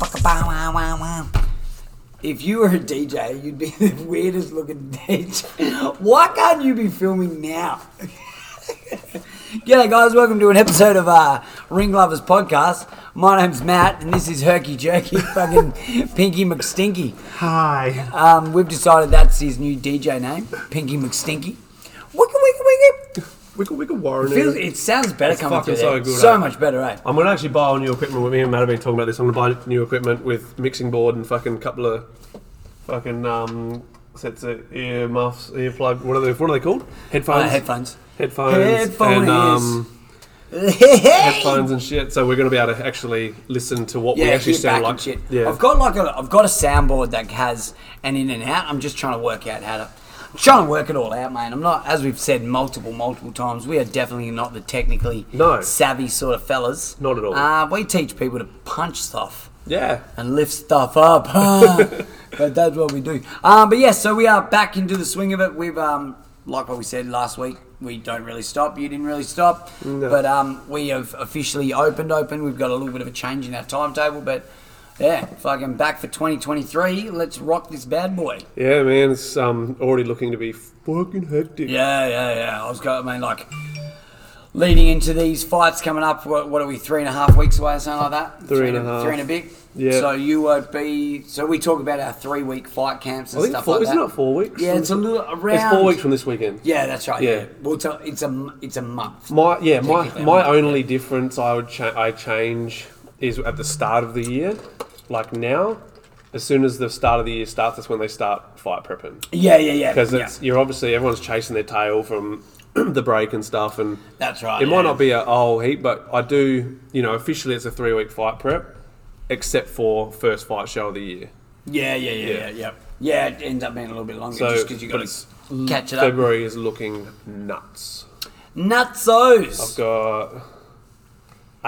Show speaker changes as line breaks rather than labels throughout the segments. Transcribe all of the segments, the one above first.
waka bow wow wow wow. If you were a DJ, you'd be the weirdest looking DJ. Why can't you be filming now? G'day guys, welcome to an episode of uh, Ring Lovers Podcast. My name's Matt, and this is Herky Jerky, fucking Pinky McStinky.
Hi.
Um, we've decided that's his new DJ name, Pinky McStinky. Wicka wicka wicka.
Wicka Wicka Warren.
Feels, it sounds better
It's
coming
fucking
through there.
so good,
so
eh?
much better, eh?
I'm gonna actually buy all new equipment. With me and Matt have been talking about this. I'm gonna buy new equipment with mixing board and fucking couple of fucking um, sets of ear muffs, earplug. What are they? What are they called? Headphones.
Uh, headphones.
Headphones.
Headphones.
And, um, headphones and shit. So we're gonna be able to actually listen to what we
yeah,
actually
hear back
sound like.
and shit.
Yeah.
I've got like a I've got a soundboard that has an in and out. I'm just trying to work out how to I'm trying to work it all out, man. I'm not as we've said multiple multiple times. We are definitely not the technically
No.
savvy sort of fellas.
Not at all.
Uh, we teach people to punch stuff
yeah.
and lift stuff up. but that's what we do. Um, but yeah, so we are back into the swing of it. We've, um, like what we said last week, we don't really stop. You didn't really stop.
No.
But um, we have officially opened, open. We've got a little bit of a change in our timetable, but yeah, fucking back for 2023. Let's rock this bad boy.
Yeah, man. It's um, already looking to be fucking hectic.
Yeah, yeah, yeah. I was going, I mean, like, leading into these fights coming up, what, what are we, three and a half weeks away or something like that?
Three and a half.
Three and a bit.
Yeah.
So you would be, so we talk about our three week fight camps and
I think
stuff
four,
like
isn't
that.
it four weeks?
Yeah, it's a little around.
It's four weeks from this weekend.
Yeah, that's right. Yeah.
Yeah.
We'll tell, it's a, m- it's a month.
My yeah, my
Technically,
my
yeah.
only difference I would cha- I change is at the start of the year, like now. As soon as the start of the year starts, that's when they start fight prepping
Yeah, yeah, yeah.
because
yeah.
it's you're obviously everyone's chasing their tail from the break and stuff, and
That's right,
It
Oh, yeah.
might not be a whole heap, but I do you know officially it's a three week fight prep, except for first fight show of the year.
Yeah, yeah, yeah, yeah,
Yeah.
yeah. Yeah, it ends up being a little bit longer
So,
just because you
but
got
it's
to catch it up.
February is looking nuts. I've
Nutsos.
got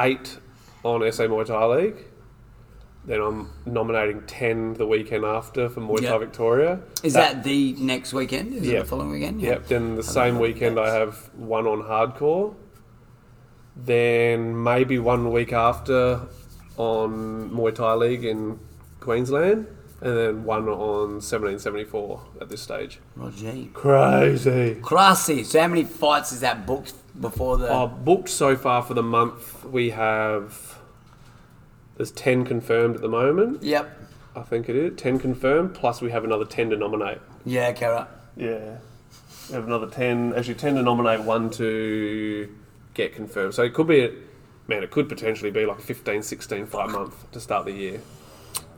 eight on SA Muay Thai League. Then I'm nominating ten the weekend after for Muay Thai
Yep.
Victoria.
Is that the next weekend? Is it
Yep.
the following weekend?
Yep. Then the same weekend I have one on hardcore. Then maybe one week after on Muay Thai League in Queensland, and then one on 1774 at this stage.
Roger.
Crazy.
Classy. So how many fights is that booked before the?
Uh, booked so far for the month, we have there's ten confirmed at the moment.
Yep.
I think it is ten confirmed. Plus we have another ten to nominate.
Yeah. Okay. Right.
Yeah, we have another ten. Actually, ten to nominate, one to get confirmed. So it could be, a, man, it could potentially be like 15, 16 fight month to start the year.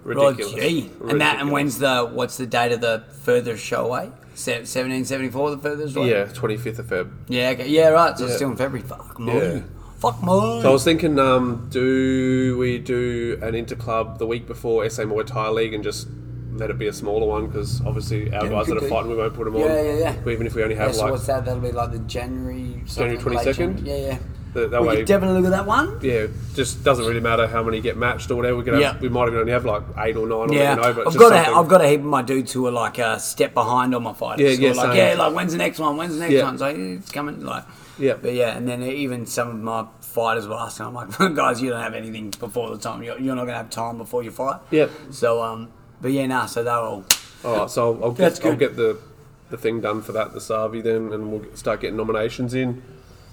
Ridiculous.
Roger. And that. And when's the? What's the date of the furthest show away? Seventeen seventy four. The furthest away.
Yeah, twenty fifth of Feb.
Yeah. Okay. Yeah. Right. So it's
Yeah.
still in February. Fuck me.
Yeah.
Fuck me.
So I was thinking, um, do we do an interclub the week before SA Muay Thai League and just let it be a smaller one because obviously our
we
guys
could
that are
do.
fighting we won't put them
Yeah,
on.
yeah, yeah.
Even if we only
yeah,
have
so
like
what's that? That'll be like the January.
January
something, late
22nd?
January. Yeah.
that,
Yeah.
that
We
way.
could definitely look at that one.
yeah, just doesn't really matter how many get matched or whatever. We, could have,
Yeah.
we might even only have like eight or nine.
Yeah,
or whatever, but
I've
it's
got
just
a,
something-
I've got a heap of my dudes who are like a step behind on my fighters.
Yeah,
Who are
yeah,
like
same.
yeah, like when's the next one? When's the next
Yeah.
one? So it's coming, like
Yeah.
but yeah, and then even some of my fighters were asking, I'm like, guys, you don't have anything before the time. You're, you're not gonna have time before you fight.
Yep.
So um, but yeah, nah. So they're all
All right, so I'll, I'll
That's
get, I'll
good.
get the, the thing done for that, the Savi, then, and we'll get- start getting nominations in.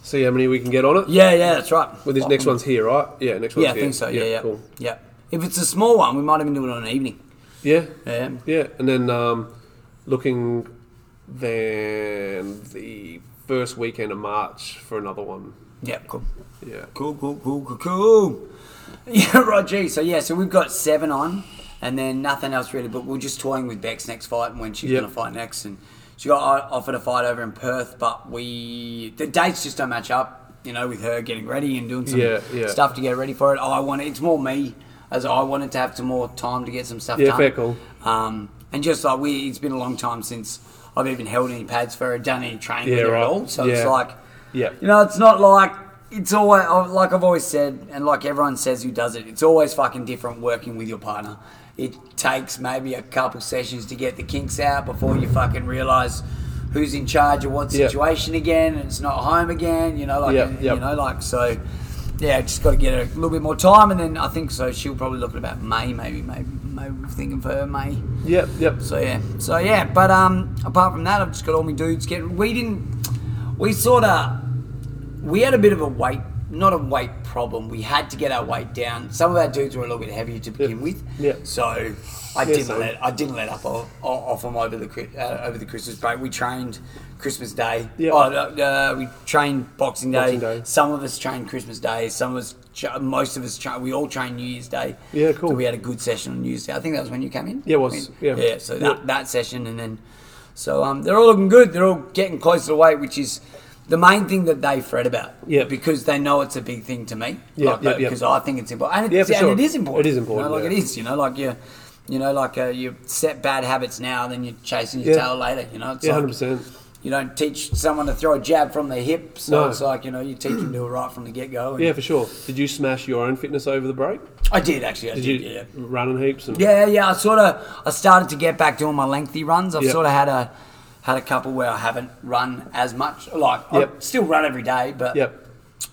See how many we can get on it.
yeah, yeah. That's right.
Well, this next one's here, right? Yeah, next one's
Yeah, I
here.
think so. Yeah, yeah,
Cool.
yeah. If it's a small one, we might even do it on an evening.
Yeah.
Yeah.
Yeah, and then um, looking then the first weekend of March for another one.
Yeah, cool.
Yeah.
Cool, cool, cool, cool, cool. Yeah, right, gee. So, yeah, so we've got seven on, and then nothing else really, but we're just toying with Beck's next fight and when she's
Yep.
going to fight next. And she got o- offered a fight over in Perth, but we. The dates just don't match up, you know, with her getting ready and doing some
Yeah, yeah.
stuff to get ready for it. I want it. It's more me. as I wanted to have some more time to get some stuff
Yeah,
done.
fair call.
Um, and just like we, it's been a long time since I've even held any pads for her, done any training
Yeah,
with her
right.
at all. So it's
Yeah.
like,
Yeah.
you know, it's not like it's always like I've always said, and like everyone says who does it, it's always fucking different working with your partner. It takes maybe a couple sessions to get the kinks out before you fucking realize who's in charge of what
Yeah.
situation again, and it's not home again. You know, like
Yeah,
and-
yeah.
you know, like so. Yeah, just got to get her a little bit more time, and then I think so. She'll probably look at about May, maybe, maybe, maybe we're thinking for her May.
Yep, yep.
So yeah, so yeah, but um, apart from that, I've just got all my dudes getting. We didn't. We sort of. We had a bit of a weight, not a weight problem. We had to get our weight down. Some of our dudes were a little bit heavier to begin with.
Yeah.
So I
Yeah,
didn't
so-
let I didn't let up off, off them over the Chri- uh, over the Christmas break. We trained Christmas Day.
Yeah.
Oh, uh, uh, we trained Boxing Day.
Boxing Day.
Some of us trained Christmas Day. Some of us, tra- most of us, tra- we all trained New Year's Day.
Yeah, cool.
So we had a good session on New Year's Day. I think that was when you came in.
Yeah, it was.
I mean,
Yeah.
Yeah. So that, that session, and then so um, they're all looking good. They're all getting closer to weight, which is the main thing that they fret about.
Yeah.
Because they know it's a big thing to me.
Yeah,
Like,
yeah, yeah.
Because I think it's important, and,
Yeah,
it's,
for sure.
and it is important.
It is important,
You know, like
yeah.
it is. You know, like you, you know, like uh, you set bad habits now, then you're chasing your
Yeah.
tail later. You know, it's
Yeah,
like-
hundred percent.
you don't teach someone to throw a jab from the hip, so
No.
it's like you know you teach them to do it right from the get go.
Yeah, for sure. Did you smash your own fitness over the break?
I did actually. I
Did
did,
you
yeah.
running heaps? And,
yeah, yeah, yeah. I sort of I started to get back doing my lengthy runs. I've
Yep.
sort of had a had a couple where I haven't run as much. Like I
Yep.
still run every day, but
Yep.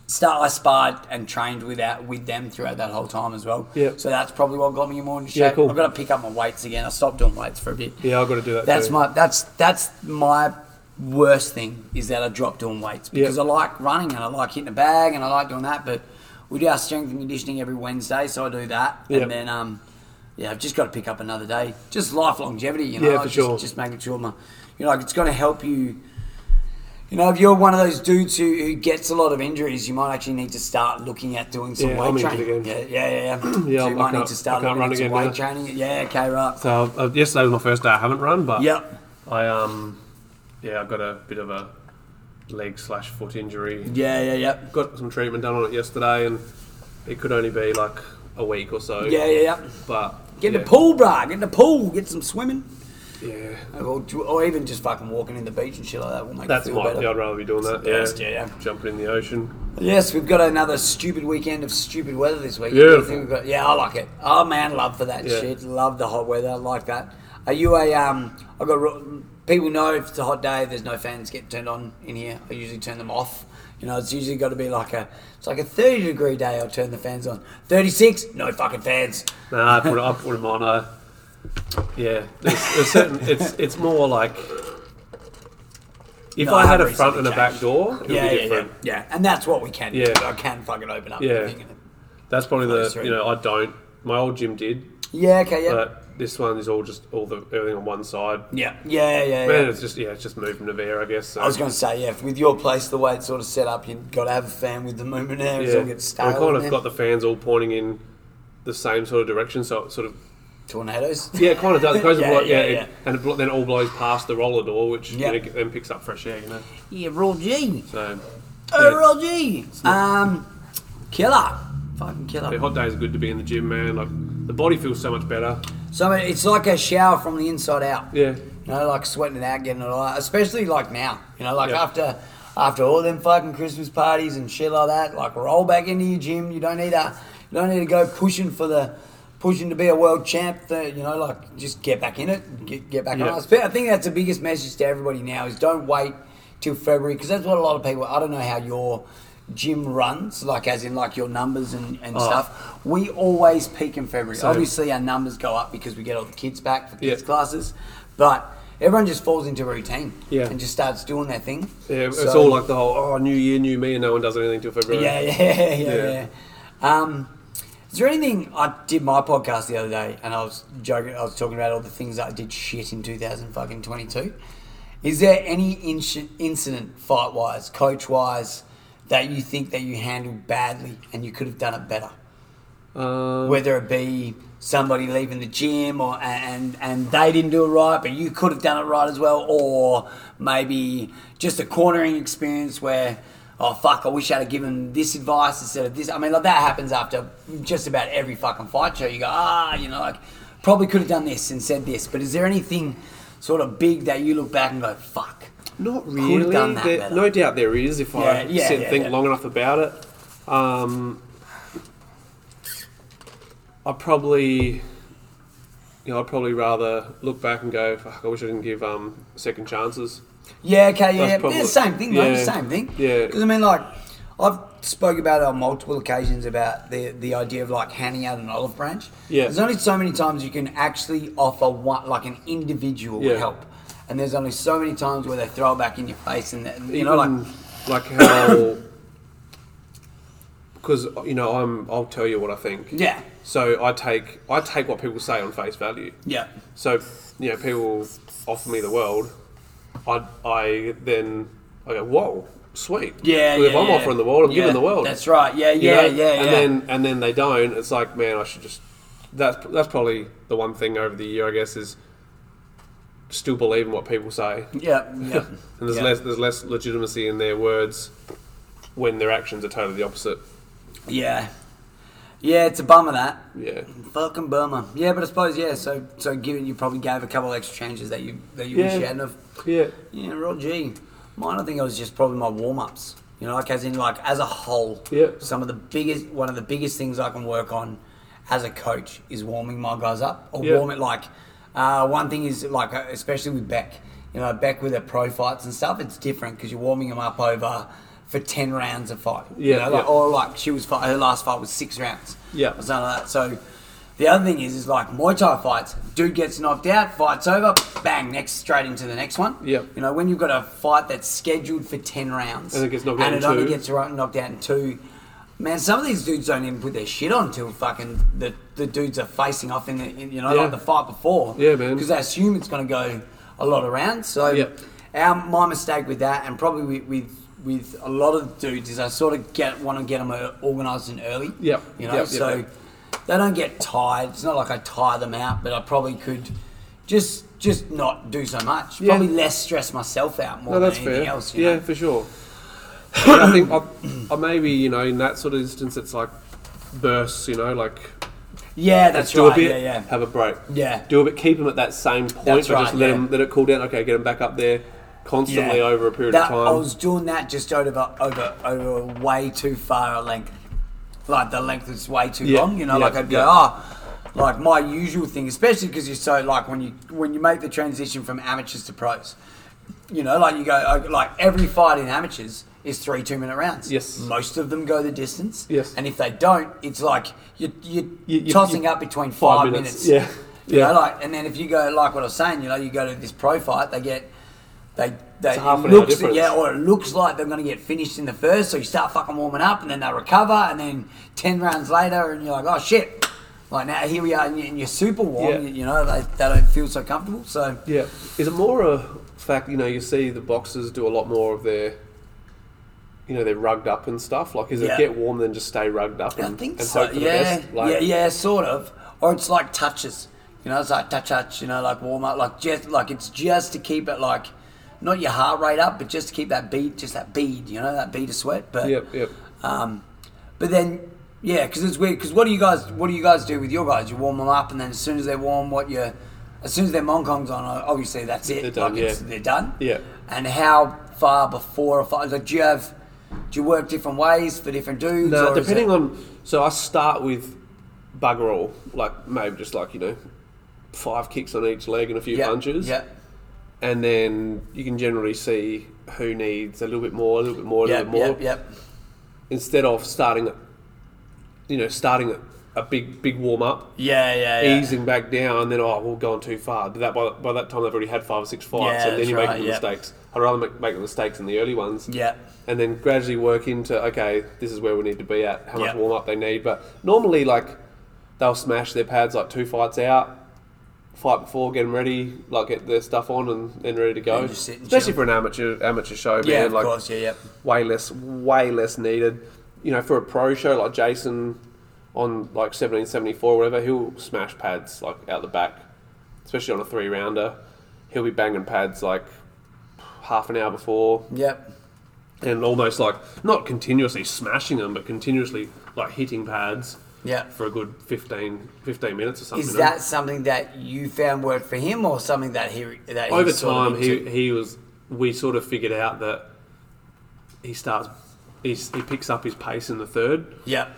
start I sparred and trained with that with them throughout that whole time as well.
Yep.
So that's probably what got me more into shape.
Yeah, cool.
I've got to pick up my weights again. I stopped doing weights for a bit.
Yeah, I've got to do that.
That's
too.
my that's that's my worst thing is that I drop doing weights because
Yeah.
I like running and I like hitting a bag and I like doing that. But we do our strength and conditioning every Wednesday, so I do that.
Yeah.
And then um, yeah, I've just got to pick up another day. Just life longevity, you know.
Yeah, for
just,
sure.
Just making sure my, you know, like it's going to help you. You know, if you're one of those dudes who, who gets a lot of injuries, you might actually need to start looking at doing some
Yeah,
weight
I'm injured
training.
again.
Yeah, yeah, yeah.
Yeah,
so
I
you might need
can't-
to start
I
looking
can't run
at some
again
weight
now.
training. Yeah, okay, right.
So uh, yesterday was my first day I haven't run, but
Yep.
I um yeah I got a bit of a leg slash foot injury.
Yeah, yeah, yeah.
Got some treatment done on it yesterday, and it could only be like a week or so.
Yeah, yeah, yeah.
But
Get in
yeah,
the pool, bruh. Get in the pool. Get some swimming.
Yeah,
Or, or even just fucking walking in the beach and shit like that will make
that's
you feel
my.
better.
Yeah, I'd rather be doing that.
the best, yeah, yeah.
Jumping in the ocean.
Yes, we've got another stupid weekend of stupid weather this week.
Beautiful.
I think we've got, yeah, I like it. Oh man, love for that
Yeah.
shit. Love the hot weather. I like that. Are you a um? I got ro- people know if it's a hot day, there's no fans get turned on in here. I usually turn them off. You know, it's usually got to be like a it's like a 30 degree day. I'll turn the fans on. 36, no fucking fans.
Nah, I put it, I put them on. Uh, yeah, there's, there's certain. It's it's more like if
No,
I
I
had a
haven't
front and
recently
a back
changed.
door, it
Yeah,
would be
yeah, yeah,
different.
yeah. And that's what we can. do.
Yeah.
I can fucking open up.
Yeah.
everything and-
That's probably
Nice,
the
right.
you know I don't. My old gym did,
Yeah, okay, yeah.
but this one is all just all the everything on one side.
yeah. Yeah, yeah,
Man,
yeah.
it's just yeah, it's just movement of air, I guess. So.
I was going to say, yeah, with your place, the way it's sort of set up, you've got to have a fan with the movement there. Yeah. It's all get stale.
I kind
in
of
there.
got the fans all pointing in the same sort of direction, so it sort of
tornadoes.
yeah, it kind of does. It goes
Yeah,
like, yeah,
yeah, yeah.
It, and it blo- then it all blows past the roller door, which
Yeah.
you know, then picks up fresh air, you know.
Yeah, Raw G.
So
Oh,
yeah.
Raw G. Um, killer. Fucking
Yeah,
killer.
hot days are good to be in the gym, man. Like the body feels so much better.
So I mean, it's like a shower from the inside out.
Yeah,
You know, like sweating it out, getting it all out. Especially like now. You know, like
Yeah.
after after all them fucking Christmas parties and shit like that, like roll back into your gym. You don't need a you don't need to go pushing for the pushing to be a world champ. The, you know, like just get back in it, get get back
Yeah.
on. it. I think that's the biggest message to everybody now is don't wait till February because that's what a lot of people. I don't know how your gym runs like as in like your numbers and, and stuff we always peak in february
Oh. Same.
obviously our numbers go up because we get all the kids back for kids
Yeah.
classes, but everyone just falls into routine
Yeah.
and just starts doing their thing.
yeah. It's
So-
all like the whole oh, new year, new me, and no one does anything till February.
yeah, yeah, yeah, yeah.
Yeah.
Um, is there anything I did my podcast the other day, and I was joking, I was talking about all the things that I did shit in 2022. Is there any inci- incident fight wise, coach wise, that you think that you handled badly and you could have done it better?
Um,
whether it be somebody leaving the gym or and and they didn't do it right but you could have done it right as well or maybe just a cornering experience where oh fuck, I wish I'd have given this advice instead of this. I mean, like that happens after just about every fucking fight show. You go, ah, you know, like probably could have done this and said this. But is there anything sort of big that you look back and go, fuck?
Not
have
really.
done that
There-
better.
no doubt there is if I
Yeah, yeah,
sit and
yeah,
think
yeah.
long enough about it. Um, I probably, you know, I'd probably rather look back and go, "Fuck, I wish I didn't give um, second chances."
Yeah, okay, yeah,
That's
yeah.
probably-
yeah same thing, though.
yeah.
Same thing.
Yeah.
Because I mean, like, I've spoke about it on multiple occasions about the the idea of like handing out an olive branch.
Yeah.
There's only so many times you can actually offer one, like an individual
Yeah.
help, and there's only so many times where they throw it back in your face, and that- you know, like,
like how because you know I'm I'll tell you what I think.
yeah,
So I take I take what people say on face value.
yeah,
So you know people offer me the world. I I then I go whoa sweet
yeah.
'Cause if
yeah,
I'm
yeah.
offering the world, I'm
Yeah,
giving the world.
That's right. Yeah,
you
yeah,
know?
yeah, yeah.
And then and then they don't. It's like man, I should just. That's that's probably the one thing over the year I guess is still believing what people say.
yeah, yeah.
And there's
Yeah.
less there's less legitimacy in their words when their actions are totally the opposite.
yeah, yeah. It's a bummer that.
Yeah.
Mm-hmm. Fucking bummer. Yeah, but I suppose yeah. So so given you probably gave a couple extra changes that you that you wish you
Yeah.
hadn't have.
Yeah.
Yeah, real G. Mine, I think it was just probably my warm ups. You know, like as in like as a whole.
Yeah.
Some of the biggest, one of the biggest things I can work on as a coach is warming my guys up or
Yeah.
warm it like. Uh, one thing is like uh, especially with Beck. You know, Beck with her pro fights and stuff, it's different because you're warming them up over for ten rounds of fight.
Yeah,
You know, like,
yeah.
Or like she was fight, her last fight was six rounds.
Yeah.
Or something like that. So. The other thing is, is like Muay Thai fights. Dude gets knocked out, fights over, bang, next straight into the next one.
Yeah.
You know, when you've got a fight that's scheduled for 10 rounds
And it gets knocked out
and
in
it only
two.
gets ro- knocked out in two, man, some of these dudes don't even put their shit on till fucking the, the dudes are facing off in the, in, you know,
Yeah.
like the fight before.
Yeah, man.
Because they assume it's going to go a lot of rounds. So
Yeah.
our, my mistake with that and probably with, with, with a lot of dudes is I sort of get want to get them organised and early.
Yep.
You know,
Yep, yep,
so
yep.
they don't get tired. It's not like I tire them out, but I probably could just just not do so much.
Yeah.
Probably less stress myself out more
No, that's
than anything
fair.
else. You
yeah,
know?
for sure. And I think I, I maybe you know in that sort of instance it's like bursts. You know, like
yeah,
let's
that's
do
right.
a bit,
Yeah, yeah,
have a break.
Yeah.
do a bit. Keep them at that same point,
That's
but just
right,
let
yeah.
them let it cool down. Okay, get them back up there constantly
Yeah.
over a period
That-
of time.
I was doing that just over over over way too far a length. Like the length is way too
Yeah,
long. You know,
yeah,
like I'd go
yeah.
ah. like my usual thing, especially because you're so like when you when you make the transition from amateurs to pros, you know, like you go uh, like every fight in amateurs is three two minute rounds.
Yes.
most of them go the distance.
Yes.
and if they don't, it's like you you
You- you-
tossing
you-
up between
five
five,
minutes.
minutes.
Yeah.
You
Yeah.
know, like, and then if you go like what I was saying, you know, you go to this pro fight, they get they they
a half an
it
hour
looks-
difference.
yeah, or it looks like they're going to get finished in the first, so you start fucking warming up, and then they recover, and then ten rounds later, and you're like, oh shit, like now here we are, and you- and you're super warm,
Yeah.
you, you know, they, they don't feel so comfortable, so
Yeah. Is it more a fact, you know, you see the boxers do a lot more of their, you know, they're rugged up and stuff? Like, is it
Yeah.
get warm then just stay rugged up and,
I think
and
so.
hope for the
Yeah,
best? Like,
yeah, yeah, sort of. Or it's like touches. You know, it's like touch, touch. You know, like warm up, like just like it's just to keep it like not your heart rate up, but just to keep that beat, just that bead. You know, that bead of sweat. But
Yep, yep.
Um, but then yeah, because it's weird. Because what do you guys what do you guys do with your guys? You warm them up, and then as soon as they're warm, what you as soon as their Mongkong's on, obviously that's it.
They're done,
like it's,
yeah.
they're done.
Yeah.
And how far before a fight? Like, do you have do you work different ways for different dudes?
No,
or is
depending
it-
on. So I start with bugger all, like maybe just like you know, five kicks on each leg and a few
yeah,
punches,
Yeah.
and then you can generally see who needs a little bit more, a little bit more, a
Yep,
little bit more.
yep, yep.
Instead of starting, at- you know, starting at a big big warm up,
Yeah, yeah, yeah.
easing back down, and then oh, we've gone too far. But that by, by that time they've already had five or six fights,
Yeah,
and then
that's
you're
right,
making the
yeah.
mistakes. I'd rather make, make the mistakes in the early ones,
Yeah.
and then gradually work into okay, this is where we need to be at, how much
Yeah.
warm up they need. But normally, like they'll smash their pads like two fights out. Fight before, get them ready, like get their stuff on, and then ready to go.
And just sit and chill.
Especially for an amateur amateur show,
Yeah,
man.
of
like,
course, yeah, yep.
way less way less needed. You know, for a pro show like Jason on like seventeen seventy four or whatever, he'll smash pads like out the back. Especially on a three rounder. He'll be banging pads like half an hour before,
Yep.
and almost like not continuously smashing them, but continuously like hitting pads
Yeah.
for a good 15, 15 minutes or something.
Is that something that you found worked for him, or something that he that he
over
was sort of
time he,
into?
he was we sort of figured out that he starts he's, he picks up his pace in the third
yeah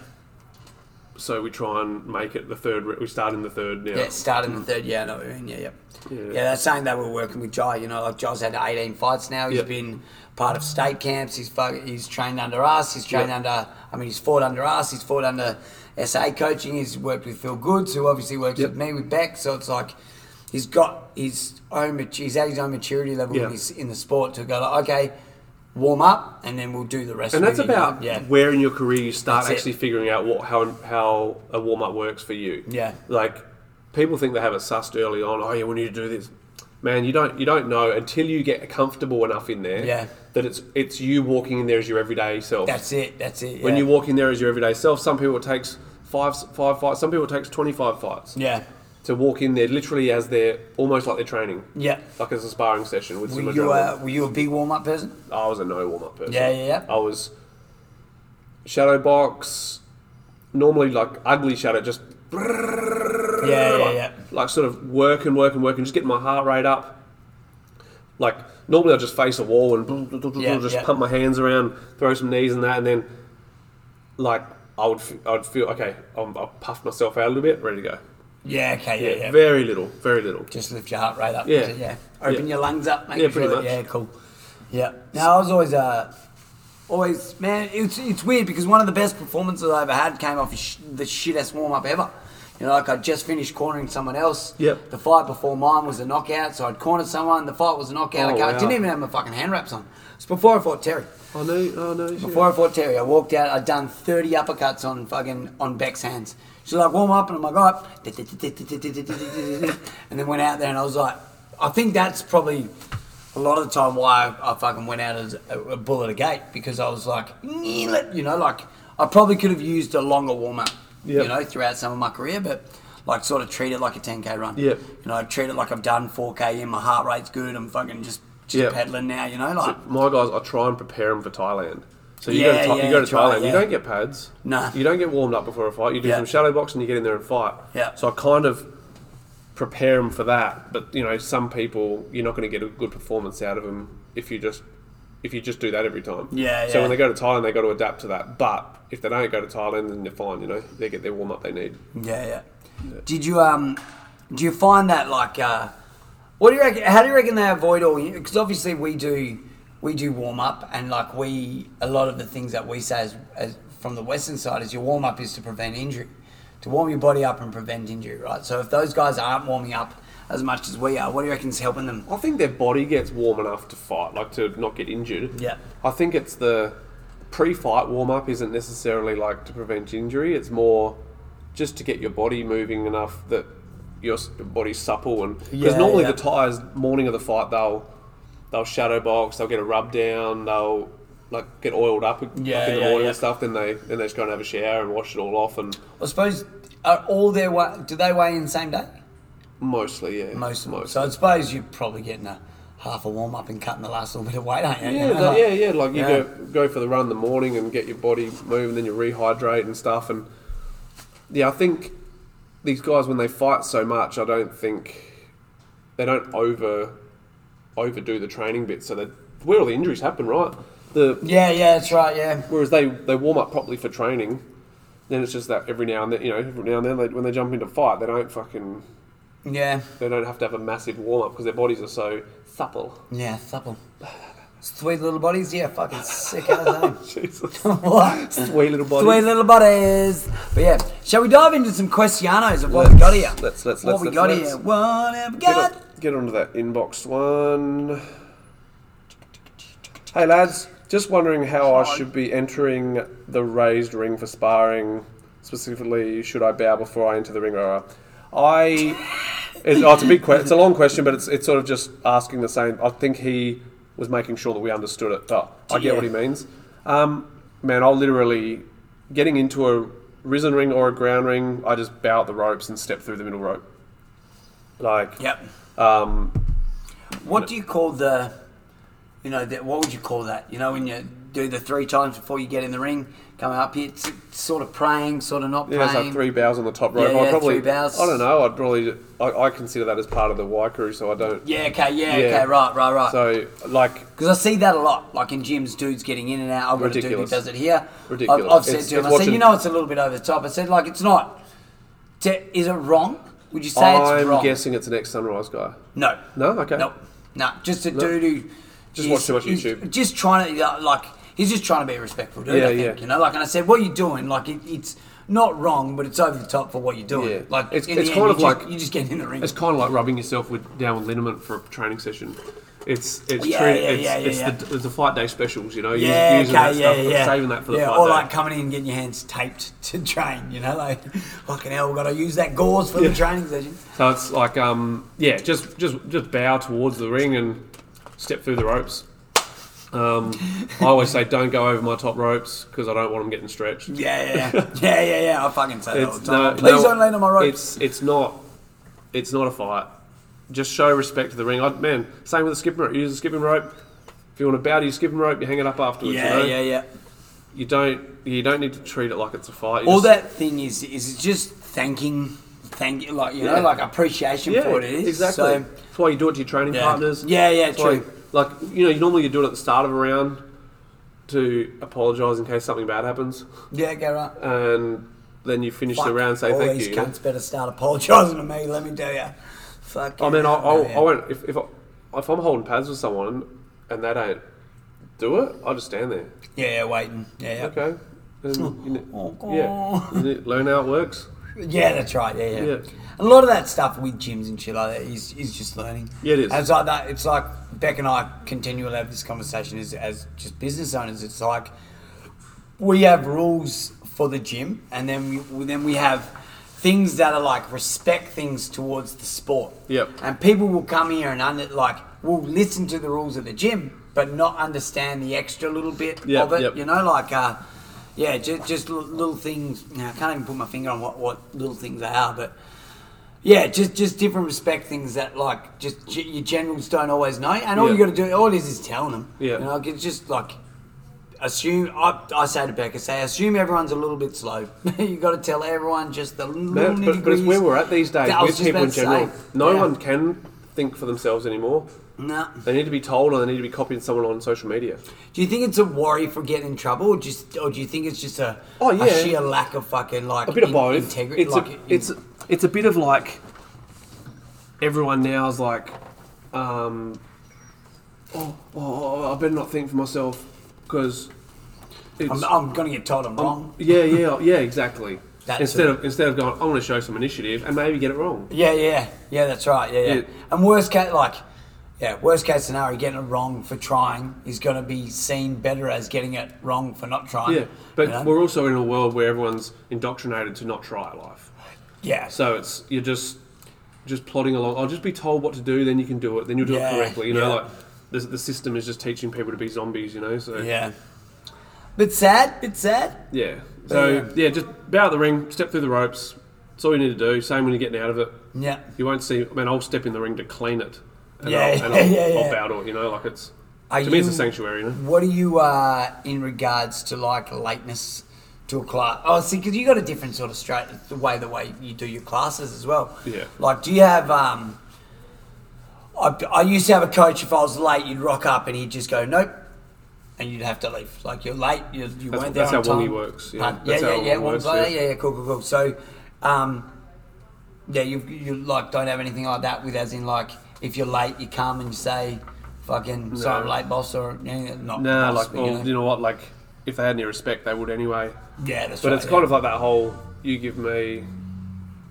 so we try and make it the third re- we start in the third now
yeah start in the third yeah I know what you mean, yeah yeah
Yeah.
yeah that's something that we're working with Jai you know like Jai's had 18 fights now He's
Yeah.
been part of state camps he's fuck- he's trained under us he's trained
Yeah.
under I mean he's fought under us he's fought under SA coaching he's worked with Phil Goods who obviously works
Yep.
with me with Beck so it's like he's got his own mat- he's at his own maturity level
Yeah.
in, his, in the sport to go like okay warm up and then we'll do the rest
and
of
that's
it, you know?
about
yeah
where in your career you start
That's it.
actually figuring out what how how a warm up works for you.
Yeah.
Like people think they have it sussed early on. Oh yeah, we need to do this. Man, you don't you don't know until you get comfortable enough in there.
Yeah.
That it's it's you walking in there as your everyday self.
that's it that's it
When
yeah.
you walk in there as your everyday self, some people it takes five five fights. Some people it takes twenty five fights.
yeah
To walk in there literally as they're almost like they're training.
Yeah.
Like it's a sparring session with
Were
some
you,
adrenaline.
a, were you a big warm up person?
I was a no warm up person.
Yeah, yeah, yeah.
I was shadow box, normally like ugly shadow, just
Yeah, yeah,
like,
yeah.
like sort of work and work and work and just get my heart rate up. Like normally I just face a wall and
Yeah,
just
yeah.
pump my hands around, throw some knees and that, and then like I would f- I'd feel okay. I'm, I'll puff myself out a little bit, ready to go.
Yeah, okay, yeah, yeah.
very little, very little.
Just lift your heart rate up.
Yeah.
is it? yeah. Open
Yeah.
your lungs up, make
Yeah,
sure
pretty
that-
much.
Yeah, cool. Yeah. Now I was always uh always man, it's it's weird because one of the best performances I ever had came off sh- the shittest warm up ever. You know, like I just finished cornering someone else.
Yep.
The fight before mine was a knockout, so I'd cornered someone. The fight was a knockout.
Oh,
okay, I
wow.
didn't even have my fucking hand wraps on. It's before I fought Terry.
I know, I know.
Before I fought Terry, I walked out. I'd done 30 uppercuts on fucking on Beck's hands. She's like, warm up, and I'm like, all right. And then went out there, and I was like, I think that's probably a lot of the time why I, I fucking went out as a, a bull at a gate because I was like, kneel it, you know, like I probably could have used a longer warm up,
Yep.
you know, throughout some of my career, but like sort of treat it like a 10k run.
Yep.
You know, I treat it like I've done 4k in, my heart rate's good, I'm fucking just just
Yep.
peddling now, you know, like.
my guys, I try and prepare them for Thailand. So you
Yeah,
go to, Tha-
yeah,
you go to
try,
Thailand,
yeah.
you don't get pads.
Nah.
You don't get warmed up before a fight. You do
Yeah.
some shadow boxing, you get in there and fight.
Yeah.
So I kind of prepare them for that. But you know, some people you're not going to get a good performance out of them if you just if you just do that every time.
Yeah,
So
yeah.
when they go to Thailand, they got to adapt to that. But if they don't go to Thailand, then they're fine. You know, they get their warm up they need.
Yeah, yeah. Did you um, do you find that like, uh, what do you reckon? How do you reckon they avoid all? Because obviously we do, we do warm up, and like we, a lot of the things that we say as, as from the Western side is your warm up is to prevent injury, to warm your body up and prevent injury, right? So if those guys aren't warming up as much as we are, what do you reckon's helping them?
I think their body gets warm enough to fight, like to not get injured.
Yeah.
I think it's the pre-fight warm-up isn't necessarily like to prevent injury. It's more just to get your body moving enough that your s- body's supple and because
Yeah,
normally
yeah.
the tires morning of the fight they'll they'll shadow box, they'll get a rub down, they'll like get oiled up like,
Yeah,
in the
yeah,
morning
yeah.
and stuff. Then they then they just go and have a shower and wash it all off and
I suppose are all their wa do they weigh in the same day?
mostly yeah
Most of them.
mostly.
So I suppose you're probably getting a half a warm up and cutting the last little bit of weight, aren't you? You
Yeah,
know,
that,
like-
yeah, yeah. Like you
Yeah.
go go for the run in the morning and get your body moving, then you rehydrate and stuff. And yeah, I think these guys when they fight so much, I don't think they don't over overdo the training bit. So that where all the injuries happen, right? The
Yeah, yeah, that's right. Yeah,
whereas they they warm up properly for training, then it's just that every now and then, you know, every now and then they, when they jump into fight, they don't fucking
yeah,
they don't have to have a massive warm up because their bodies are so supple.
yeah. Supple, sweet little bodies. Yeah, fucking sick as hell.
Jesus,
What?
sweet little bodies.
Sweet little bodies. But yeah, shall we dive into some questionos of what we got here?
let's- let's-
what
let's-
we
let's-
got
let's
here. What have we
Get,
got?
on- get onto that inbox one. Hey lads, just wondering how I should be entering the raised ring for sparring. Specifically, should I bow before I enter the ring or? I. It's, oh, it's a big question. It's a long question, but it's it's sort of just asking the same. I think he was making sure that we understood it, but I get
Yeah.
what he means. Um, man, I'll literally getting into a risen ring or a ground ring. I just bow at the ropes and step through the middle rope. Like
Yep.
um,
What do you call the? You know, the, what would you call that? You know, when you do the three times before you get in the ring, come up here, it's sort of praying, sort of not
Yeah, it's
praying.
like three bows on the top
Yeah,
rope.
yeah,
I'd probably,
three bows.
I don't know. I'd probably, I, I consider that as part of the Waikaru, so I don't.
Yeah, okay, yeah,
Yeah.
okay, right, right, right.
So, like,
Because I see that a lot, like in gyms, dudes getting in and out. I've got a dude who
Ridiculous.
does it here.
Ridiculous.
I've, I've said
It's-
to him,
it's
I said,
watching-
you know, it's a little bit over the top. I said, like, it's not. Te- is it wrong? Would you say it's
I'm
wrong?
guessing it's an ex Sunrise guy.
No.
No? Okay.
No. No. Just a dude who.
Just
is-
watch too much
is
YouTube.
Just trying to, uh, like, he's just trying to be respectful, dude.
Yeah,
I think,
yeah.
You know, like, and I said, what are you doing? Like, it, it's not wrong, but it's over the top for what you're doing.
Yeah.
Like,
It's-
in
it's
the
kind
end,
of
you just,
like-
You just get in the ring.
It's kind of like rubbing yourself with down with liniment for a training session. It's it's
Yeah,
treated-
yeah,
it's,
yeah, yeah,
it's,
yeah.
The, it's the fight day specials, you know. us-
Yeah,
using
okay,
that
yeah,
stuff,
yeah.
saving that for the
yeah,
fight
or
day.
like coming in and getting your hands taped to train, you know, like, fucking hell, we've got to use that gauze for the training session.
So it's like um yeah, just just just bow towards the ring and step through the ropes. Um, I always say don't go over my top ropes because I don't want them getting stretched.
Yeah, yeah, yeah. yeah, yeah, yeah. I fucking say that all
It's,
the
no,
time. Please
no,
don't land on my ropes.
It's it's not it's not a fight. Just show respect to the ring. I, man, same with the skipping rope. Use the skipping rope. If you want to bow to your skipping rope, you hang it up afterwards.
Yeah,
you know?
yeah, yeah.
You don't you don't need to treat it like it's a fight. You
All
just-
that thing is is just thanking, thank like you
Yeah.
know, like appreciation
yeah,
for what it is.
exactly.
So,
That's why you do it to your training
Yeah.
partners.
Yeah, yeah,
That's why-
true.
like you know, you normally you do it at the start of a round to apologise in case something bad happens,
yeah, go right.
and then you finish the
Fuck,
round and say
all
thank
these
you. you know?
cunts better start apologising to me. Let me tell you. Fuck.
Oh,
Oh,
I mean, I, I, I won't. If, if, I, if I'm holding pads with someone and they don't do it, I just stand there.
Yeah, yeah, waiting. Yeah, yeah.
Okay. And, you know,
Oh, God.
yeah. You need- learn how it works.
Yeah, that's right. Yeah, yeah,
Yeah.
A lot of that stuff with gyms and shit like that is, is just learning.
Yeah, it is.
And it's like that. It's like Beck and I continually have this conversation as, as just business owners. It's like we have rules for the gym, and then we, then we have things that are like respect things towards the sport.
Yep.
And people will come here and under like will listen to the rules of the gym, but not understand the extra little bit
Yep,
of it.
yep.
You know, like. Uh, yeah, just, just li- little things. You know, I can't even put my finger on what, what little things they are, but yeah, just just different respect things that like just g- your generals don't always know, and all
Yeah.
you got to do, all it is, is telling them.
Yeah.
you know, like, it's just like assume. I, I say to Becca, say assume everyone's a little bit slow. you got to tell everyone just the little
Man, but,
nitty
but it's
gritty.
where we're at these days.
That I was
With
just
people in
about to
general,
say.
no
Yeah.
one can think for themselves anymore.
No.
They need to be told, or they need to be copying someone on social media.
Do you think it's a worry for getting in trouble, or just, or do you think it's just a,
Oh, yeah.
a sheer lack of fucking like
a bit of
in-
both.
integrity?
It's
like,
a, it's a, it's a bit of like everyone now is like, um, oh, oh, I better not think for myself because it's
I'm, I'm gonna get told I'm wrong.
yeah, yeah, yeah, exactly.
That's
instead
it.
of instead of going, I want to show some initiative and maybe get it wrong.
Yeah, yeah, yeah. That's right. Yeah, yeah.
Yeah.
And worst case, like, yeah, worst case scenario, getting it wrong for trying is going to be seen better as getting it wrong for not trying.
Yeah, but
you know?
we're also in a world where everyone's indoctrinated to not try life.
yeah,
So it's you're just just plodding along. I'll just be told what to do, then you can do it. Then you'll do
Yeah,
it correctly. You know,
yeah.
like the, the system is just teaching people to be zombies. You know, so
yeah. Bit sad. Bit sad.
Yeah. So
yeah.
yeah. just bow out the ring, step through the ropes. That's all you need to do. Same when you're getting out of it.
Yeah.
You won't see. I mean, I'll step in the ring to clean it. And
Yeah,
I'll, and I'll,
yeah, yeah.
I'll bow to it. You know, like it's
Are
to me, it's a
you-
sanctuary. You know?
What are you uh, in regards to like lateness to a class? Oh, see, because you got a different sort of straight the way the way you do your classes as well.
Yeah.
Like, do you have? Um, I, I used to have a coach. If I was late, you'd rock up and he'd just go, "Nope," and you'd have to leave. Like you're late. You, you
That's-
weren't there
that's
on
how Wongi
time.
works, yeah.
Pardon?
That's
yeah,
how
yeah, yeah.
Wongi
Wongi's
works,
like that,
yeah.
yeah, yeah. Cool, cool, cool. So, um, yeah, you you like don't have anything like that with as in like if you're late, you come and you say, "Fucking, sorry, I'm
No.
late, boss," or anything. Not
Nah,
boss,
like
but,
well,
you know.
you know what? Like if they had any respect, they would anyway.
Yeah, that's
But
right.
it's
yeah.
kind of like that whole you give me.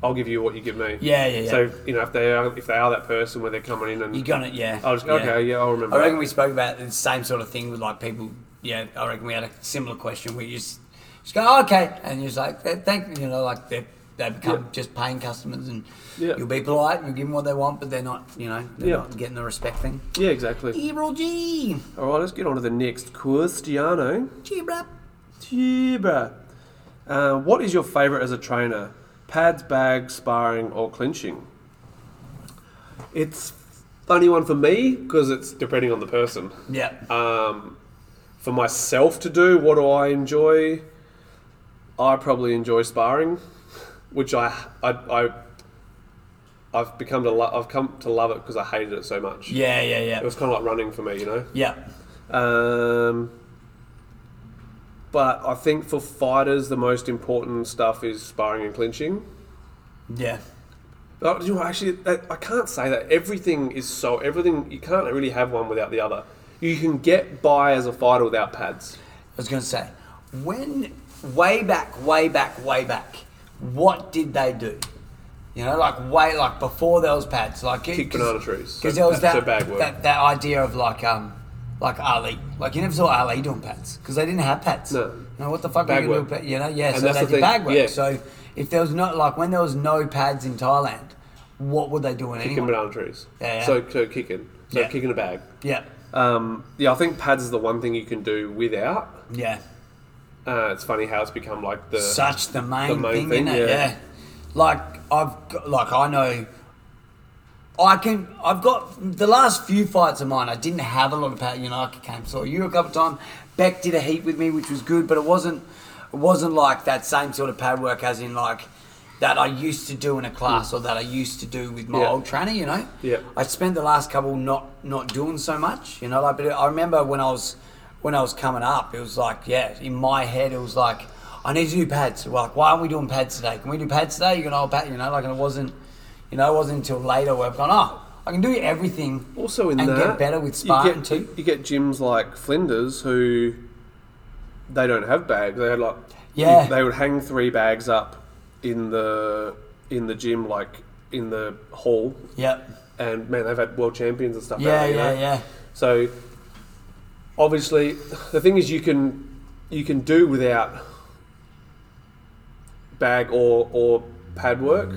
I'll give you what you give me.
Yeah, yeah, yeah.
So you know if they are if they are that person where they're coming in and
you got it. Yeah.
I'll just go, okay, yeah, I'll remember.
I reckon
that."
we spoke about the same sort of thing with like people. Yeah, I reckon we had a similar question where you just, just go, "Oh, okay, and you're just like, "Th- thank you, you know, like they they become
Yeah.
just paying customers and
Yeah.
you'll be polite and you give them what they want, but they're not, you know, they're
Yeah.
not getting the respect thing.
yeah, exactly.
Ebro G,
All right, let's get on to the next Cristiano.
G rap.
Tibra. Uh, what is your favourite as a trainer? Pads, bags, sparring, or clinching? It's funny one for me because it's depending on the person.
Yeah.
Um, for myself to do, what do I enjoy? I probably enjoy sparring, which I I, I I've become to lo- I've come to love it because I hated it so much.
Yeah, yeah, yeah.
It was kind of like running for me, you know.
yeah.
Um, but I think for fighters, the most important stuff is sparring and clinching.
Yeah.
Oh, you know, actually, that, I can't say that. Everything is so everything. You can't really have one without the other. You can get by as a fighter without pads.
I was going to say, when, way back, way back, way back, what did they do? You know, like way, like before there was pads, like
Kick banana trees.
because
So
there was
that's
that,
a bad word.
that that idea of like um, like Ali, like you never saw Ali doing pads because they didn't have pads.
No.
you know what the fuck
Bag
were you gonna
work.
do? pa- You know, yeah.
And
so
that's
they did
the thing,
bag work.
yeah.
So if there was no like when there was no pads in Thailand, what were they doing
Kicking
anyway?
banana trees.
Yeah, yeah.
So so kicking. So
Yeah.
kicking a bag.
Yeah,
Um, yeah, I think pads is the one thing you can do without.
yeah.
Uh, it's funny how it's become like the
such the main,
the main
thing, isn't
thing,
it? Yeah.
yeah.
Like I've got, like I know I can I've got the last few fights of mine I didn't have a lot of power, you know, I came saw you a couple of times. Beck did a heat with me which was good, but it wasn't it wasn't like that same sort of pad work as in like that I used to do in a class or that I used to do with my
Yeah.
old trainer, you know?
Yeah.
I spent the last couple not not doing so much, you know. Like, but I remember when I was when I was coming up, it was like, yeah, in my head, it was like, I need to do pads. Like, why aren't we doing pads today? Can we do pads today? You can hold pad, you know. Like, and it wasn't, you know, it wasn't until later where I've gone, oh, I can do everything.
Also in
and
that,
get better with
you get-
sparring too.
You get gyms like Flinders who they don't have bags. They had like
Yeah.
They would hang three bags up in the in the gym, like in the hall,
Yep.
and man, they've had world champions and stuff. out
Yeah,
there, you
yeah,
know?
yeah.
So obviously, the thing is, you can you can do without bag or or pad work,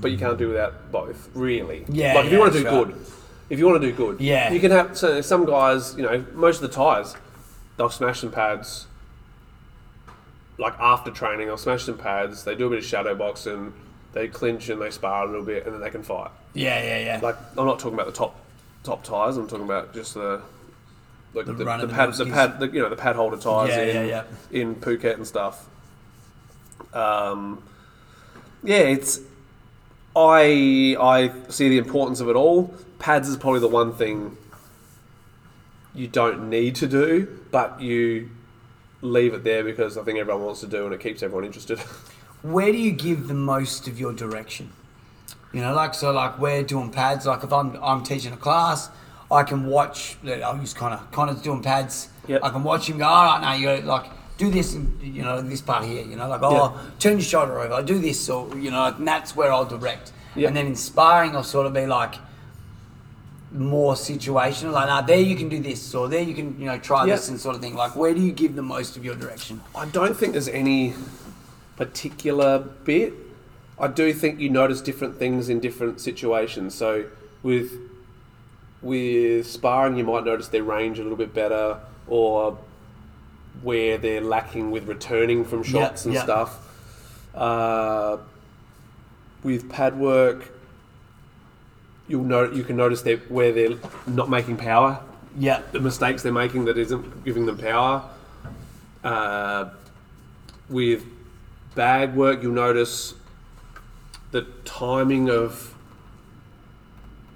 but you can't do without both. Really,
Yeah,
Like if
yeah,
you want to do
sure.
good, if you want to do good,
Yeah.
you can have. So there's some guys, you know, most of the tires, they'll smash some pads. Like after training, they'll smash some pads. They do a bit of shadow boxing. They clinch and they spar a little bit, and then they can fight
Yeah, yeah, yeah.
like I'm not talking about the top top tires. I'm talking about just the like the, the,
run of the
pad the
whiskies.
pad the, you know the pad holder tires
Yeah,
in
yeah,
in Phuket and stuff. Um, yeah, it's I I see the importance of it all. Pads is probably the one thing you don't need to do, but you leave it there because I think everyone wants to do and it keeps everyone interested.
where do you give the most of your direction? You know, like so, like we're doing pads. Like if I'm I'm teaching a class, I can watch. I'll use Connor. Connor's doing pads.
Yep.
I can watch him go. All right, now you gotta, like do this. And, you know, this part here. You know, like oh, turn your shoulder over. Do this, or you know, like, and that's where I'll direct.
Yep.
And then inspiring, I'll sort of be like more situational. Like now, there you can do this, or there you can you know try
Yep.
this and sort of thing. Like where do you give the most of your direction?
I don't think there's any particular bit. I do think you notice different things in different situations. So with with sparring, you might notice their range a little bit better, or where they're lacking with returning from shots and
yeah.
stuff. Uh, with pad work, you'll know you can notice that where they're not making power
Yeah.
the mistakes they're making that isn't giving them power. Uh, with bag work, you'll notice the timing of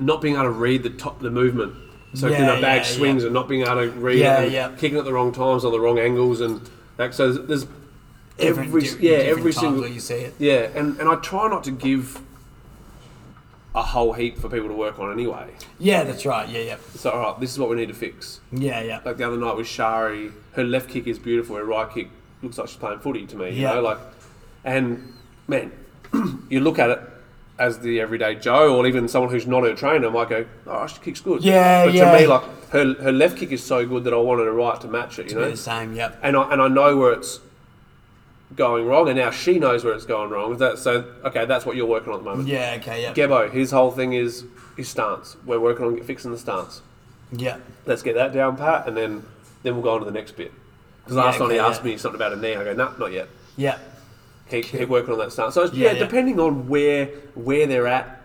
not being able to read the top, the movement. So you
Yeah,
know,
yeah,
bag swings
yeah.
and not being able to read
Yeah,
it and
yeah.
kicking at the wrong times or the wrong angles and that. So there's
Different-
every
di-
yeah
different
every
times
single
where you see it.
yeah and and I try not to give a whole heap for people to work on anyway.
Yeah, that's right. Yeah, yeah,
So all right, this is what we need to fix
yeah, yeah.
like the other night with Shari, her left kick is beautiful, her right kick looks like she's playing footy to me. You
Yeah.
know, like, and man, you look at it as the everyday Joe, or even someone who's not her trainer, might go, "Oh, she kicks good."
Yeah,
but
yeah.
to me, like her her left kick is so good that I wanted her right to match it. You
They're
know,
the same. Yep.
and I and I know where it's going wrong, and now she knows where it's going wrong. Is That so okay, that's what you're working on at the moment.
Yeah. Okay. Yep.
Gebo, his whole thing is his stance. We're working on fixing the stance
Yep.
let's get that down pat, and then then we'll go on to the next bit. Because
Yeah,
last time he
okay,
asked
yeah.
me something about a knee, I go, nah, not yet.
Yep.
Keep, keep working on that stance. So it's-
Yeah,
yeah,
yeah.
depending on where where they're at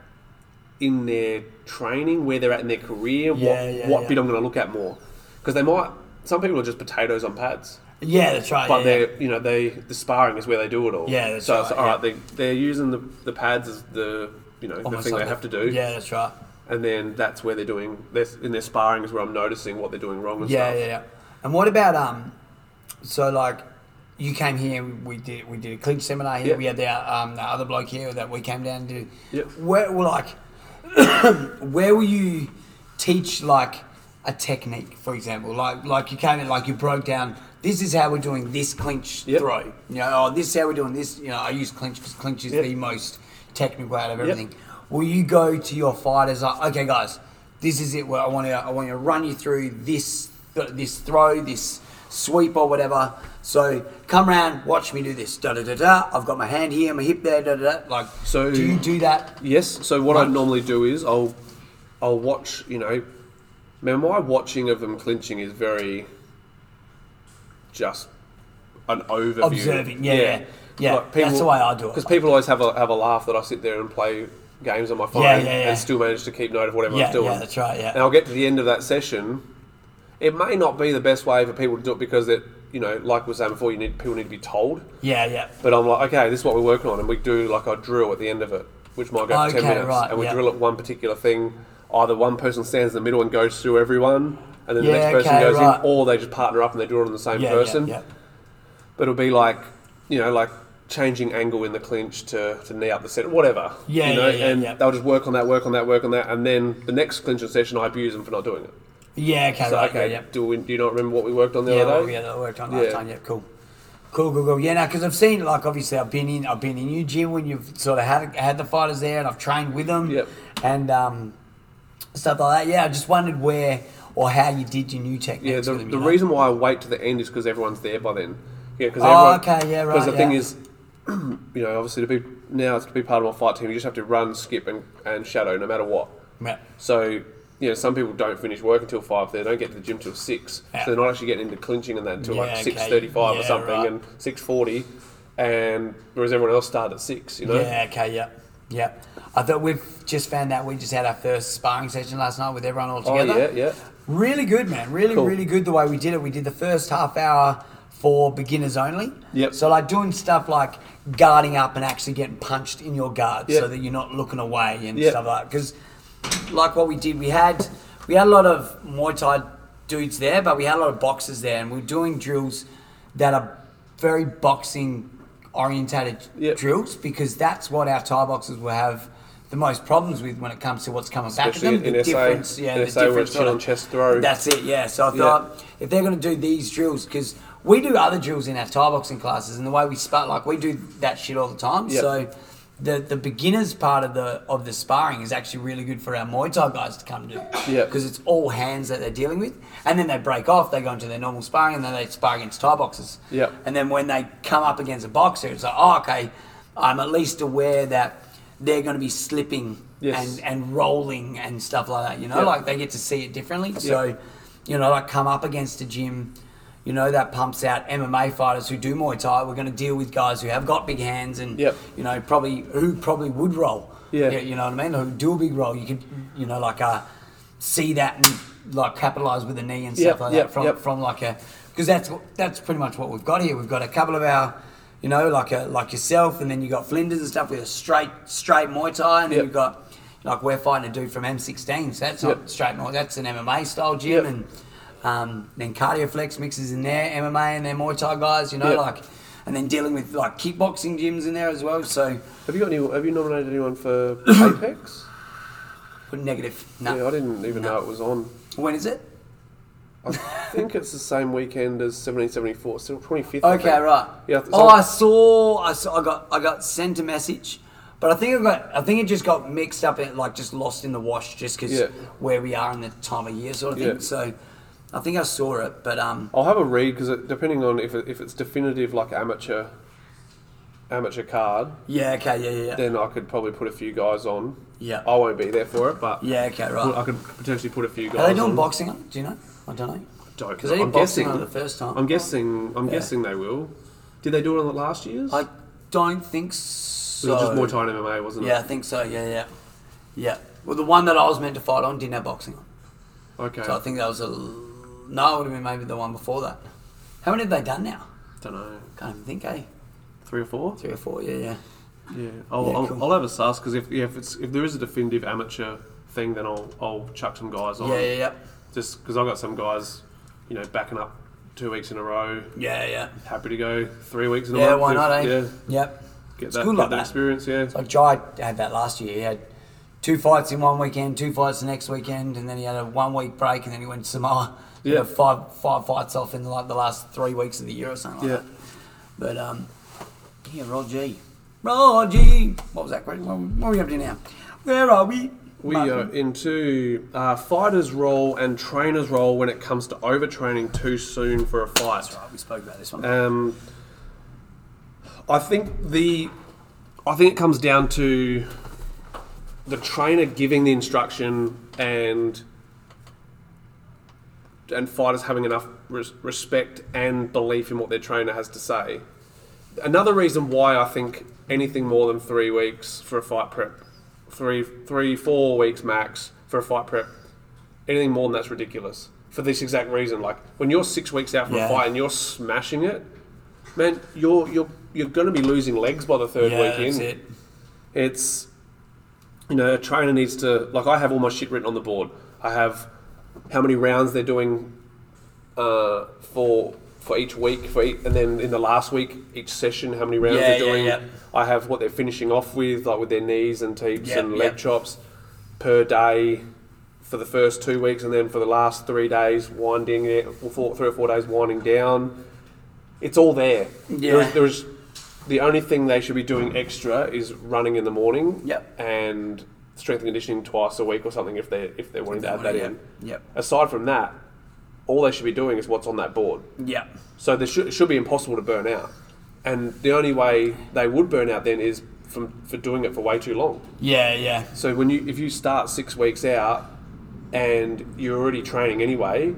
in their training, where they're at in their career,
Yeah,
what
yeah,
what
yeah.
bit I'm going to look at more, because they might some people are just potatoes on pads.
Yeah, that's right.
But
yeah, yeah.
they're you know they the sparring is where they do it all.
Yeah, that's
so it's
right,
all
yeah.
right. They they're using the the pads as the you know the
Almost
thing
like
they have to do.
Yeah, that's right.
and then that's where they're doing their in their sparring is where I'm noticing what they're doing wrong and
Yeah,
stuff.
yeah, yeah. And what about um? So like, you came here. We did we did a clinch seminar here.
Yeah.
We had the um the other bloke here that we came down to.
Yeah.
Where well, like, where will you teach like a technique, for example? Like like you came in like you broke down. This is how we're doing this clinch
Yeah.
throw. You know, oh, this is how we're doing this. You know, I use clinch because clinch is
Yeah.
the most technical out of everything. Will you go to your fighters like, okay, guys, this is it. Where I want to, I want to run you through this, th- this throw, this sweep or whatever. So come round, watch me do this. Da da da da. I've got my hand here, my hip there. Da da da. Like,
So-
do you do that?
Yes. So what I
Right.
normally do is I'll I'll watch. You know, man, my watching of them clinching is very just an overview.
Observing, yeah, yeah. Yeah, that's the way I do it.
Because people always have a have a laugh that I sit there and play games on my phone
Yeah, yeah, yeah.
and still manage to keep note of whatever
Yeah,
I'm doing.
yeah, that's right, yeah.
And I'll get to the end of that session. It may not be the best way for people to do it because it, you know, like we were saying before, you need people need to be told.
Yeah, yeah.
But I'm like, okay, this is what we're working on, and we do like a drill at the end of it, which might go for ten
Okay,
minutes,
right,
and we
yeah.
drill at one particular thing. Either one person stands in the middle and goes through everyone, and then the
Yeah,
next person
okay,
goes
right.
in, or they just partner up and they do it on the same
Yeah,
person.
yeah,
But it'll be like, you know, like changing angle in the clinch to, to knee up the set, whatever.
Yeah,
you know,
yeah, yeah,
and
yeah.
they'll just work on that, work on that, work on that, and then the next clinching session, I abuse them for not doing it.
yeah. Yeah, okay,
So
right.
okay,
yeah, yeah.
do, we, do you not remember what we worked on the
Yeah,
other
well,
day?
yeah, that worked on
Yeah.
last time. Yeah, cool, cool, cool, cool. Yeah, now because I've seen like obviously I've been in I've been in your gym when you've sort of had had the fighters there and I've trained with them.
Yep.
And um, stuff like that. Yeah, I just wondered where or how you did your new techniques.
Yeah, the,
with them,
the
you know?
reason why I wait to the end is because everyone's there by then. Yeah, because
Oh, okay, yeah, right,
Because the thing
yeah.
is, you know, obviously to be now to be part of my fight team, you just have to run, skip, and, and shadow no matter what.
Yeah.
So you know, some people don't finish work until five. They don't get to the gym till six.
Yeah.
So they're not actually getting into clinching and that until
Yeah,
like
okay,
six thirty-five
yeah,
or something,
right.
and six forty, and whereas everyone else started at six. You know.
Yeah, okay, yeah. Yeah. I thought we've just found out we just had our first sparring session last night with everyone all
Oh
together.
yeah, yeah.
Really good, man. Really,
Cool.
really good the way we did it. We did the first half hour for beginners only.
Yep.
So like doing stuff like guarding up and actually getting punched in your guard, so
Yep.
that you're not looking away and
Yep.
stuff like. Because like what we did, we had we had a lot of Muay Thai dudes there, but we had a lot of boxers there, and we we're doing drills that are very boxing orientated
Yep.
drills because that's what our Thai boxers will have. The most problems with when it comes to what's coming back at
Especially
them, the
in SA
difference, yeah, the
SA where
difference
it's chin
sort
on
of-
chest throw.
That's that's it, yeah. So I thought if they're going to do these drills, because we do other drills in our Thai boxing classes, and the way we spar, like we do that shit all the time.
Yeah.
So the the beginners part of the of the sparring is actually really good for our Muay Thai guys to come to.
Yeah.
Because it's all hands that they're dealing with, and then they break off, they go into their normal sparring, and then they spar against Thai boxers.
Yeah.
And then when they come up against a boxer, it's like, oh, okay, I'm at least aware that they're going to be slipping.
Yes.
And, and rolling and stuff like that, you know,
Yeah.
like they get to see it differently. So, you know, like come up against a gym, you know, that pumps out MMA fighters who do Muay Thai. We're going to deal with guys who have got big hands and,
Yep.
you know, probably who probably would roll.
Yeah.
You know what I mean? Who do a big roll. You could, you know, like uh, see that and like capitalize with a knee and stuff
Yep,
like
yep,
that from,
yep.
from like a, because that's, what- that's pretty much what we've got here. We've got a couple of our, you know, like a, like yourself, and then you got Flinders and stuff with a straight straight Muay Thai, and then
Yep.
you've got like we're fighting a dude from M16, so that's not
Yep.
straight Muay. That's an MMA style gym,
Yep.
and um, then Cardioflex mixes in there, MMA and their Muay Thai guys, you know,
Yep.
like, and then dealing with like kickboxing gyms in there as well. So
Have you got any? Have you nominated anyone for Apex?
but negative. No.
Yeah, I didn't even know it was on.
When is it?
I think it's the same weekend as 1774, so 25th. I
Okay,
think.
right.
Yeah. so-
oh, I saw, I saw. I got. I got sent a message, but I think I got. I think it just got mixed up and like just lost in the wash, just because
Yeah.
where we are in the time of year, sort of thing.
Yeah.
So, I think I saw it, but um,
I'll have a read because depending on if, it, if it's definitive, like amateur, amateur card,
yeah, okay, yeah, yeah, yeah,
then I could probably put a few guys on.
Yeah.
I won't be there for it, but
yeah, okay,
I
right.
could potentially put a few guys.
Are they doing
on.
boxing? on? Do you know? I don't know.
Don't.
'Cause they did
I'm
boxing
guessing
on the first time.
I'm guessing. I'm guessing they will. Did they do it on the last year's?
I don't think
it
so.
was just more time MMA, wasn't
Yeah, I
it?
think so. Yeah, yeah, yeah. Well, the one that I was meant to fight on didn't have boxing on,
Okay.
so I think that was a No, it would have been maybe the one before that. How many have they done now?
Don't know.
Can't even think, eh?
Three or four?
Three or four, yeah, yeah.
Yeah. I'll,
Yeah,
I'll,
cool.
I'll have a suss because if, yeah, if, it's, if there is a definitive amateur thing, then I'll, I'll chuck some guys on.
Yeah, yeah, yeah.
Just because I've got some guys, you know, backing up two weeks in a row,
Yeah, yeah.
happy to go three weeks in a row.
Yeah, why not, eh?
Yeah.
Yep.
Get
It's
that,
good
get
like
that
that.
experience, yeah.
Like Jai had that last year. He had two fights in one weekend, two fights the next weekend, and then he had a one week break, and then he went to Samoa. He
Yeah.
had five five fights off in like the last three weeks of the year or something. Like
Yeah.
That. But um, yeah, Rod G. Rod G. What was that question? What, what are we up to now? Where are we?
We uh,
Martin?
are into uh, fighters' role and trainers' role when it comes to overtraining too soon for a fight.
That's right. We spoke about this one.
Um, I think the, I think it comes down to the trainer giving the instruction and and fighters having enough res- respect and belief in what their trainer has to say. Another reason why I think anything more than three weeks for a fight prep, three, three, four weeks max for a fight prep, anything more than that's ridiculous. For this exact reason, like when you're six weeks out from
Yeah.
a fight and you're smashing it, man, you're you're you're going to be losing legs by the third
yeah,
week in
that's it.
it's you know a trainer needs to like i have all my shit written on the board i have how many rounds they're doing uh, for for each week for each, and then in the last week each session how many rounds
Yeah,
they're
yeah,
doing
yeah.
i have what they're finishing off with like with their knees and teeps
Yeah,
and leg
yeah.
chops per day for the first two weeks and then for the last three days winding it or four, three or four days winding down it's all there
Yeah.
there's, there's the only thing they should be doing extra is running in the morning
Yep.
and strength and conditioning twice a week or something if they if they're wanting to add that in.
Yep.
Aside from that, all they should be doing is what's on that board.
Yep.
So they should, it should be impossible to burn out. And the only way they would burn out then is from for doing it for way too long.
Yeah, yeah.
So when you if you start six weeks out and you're already training anyway,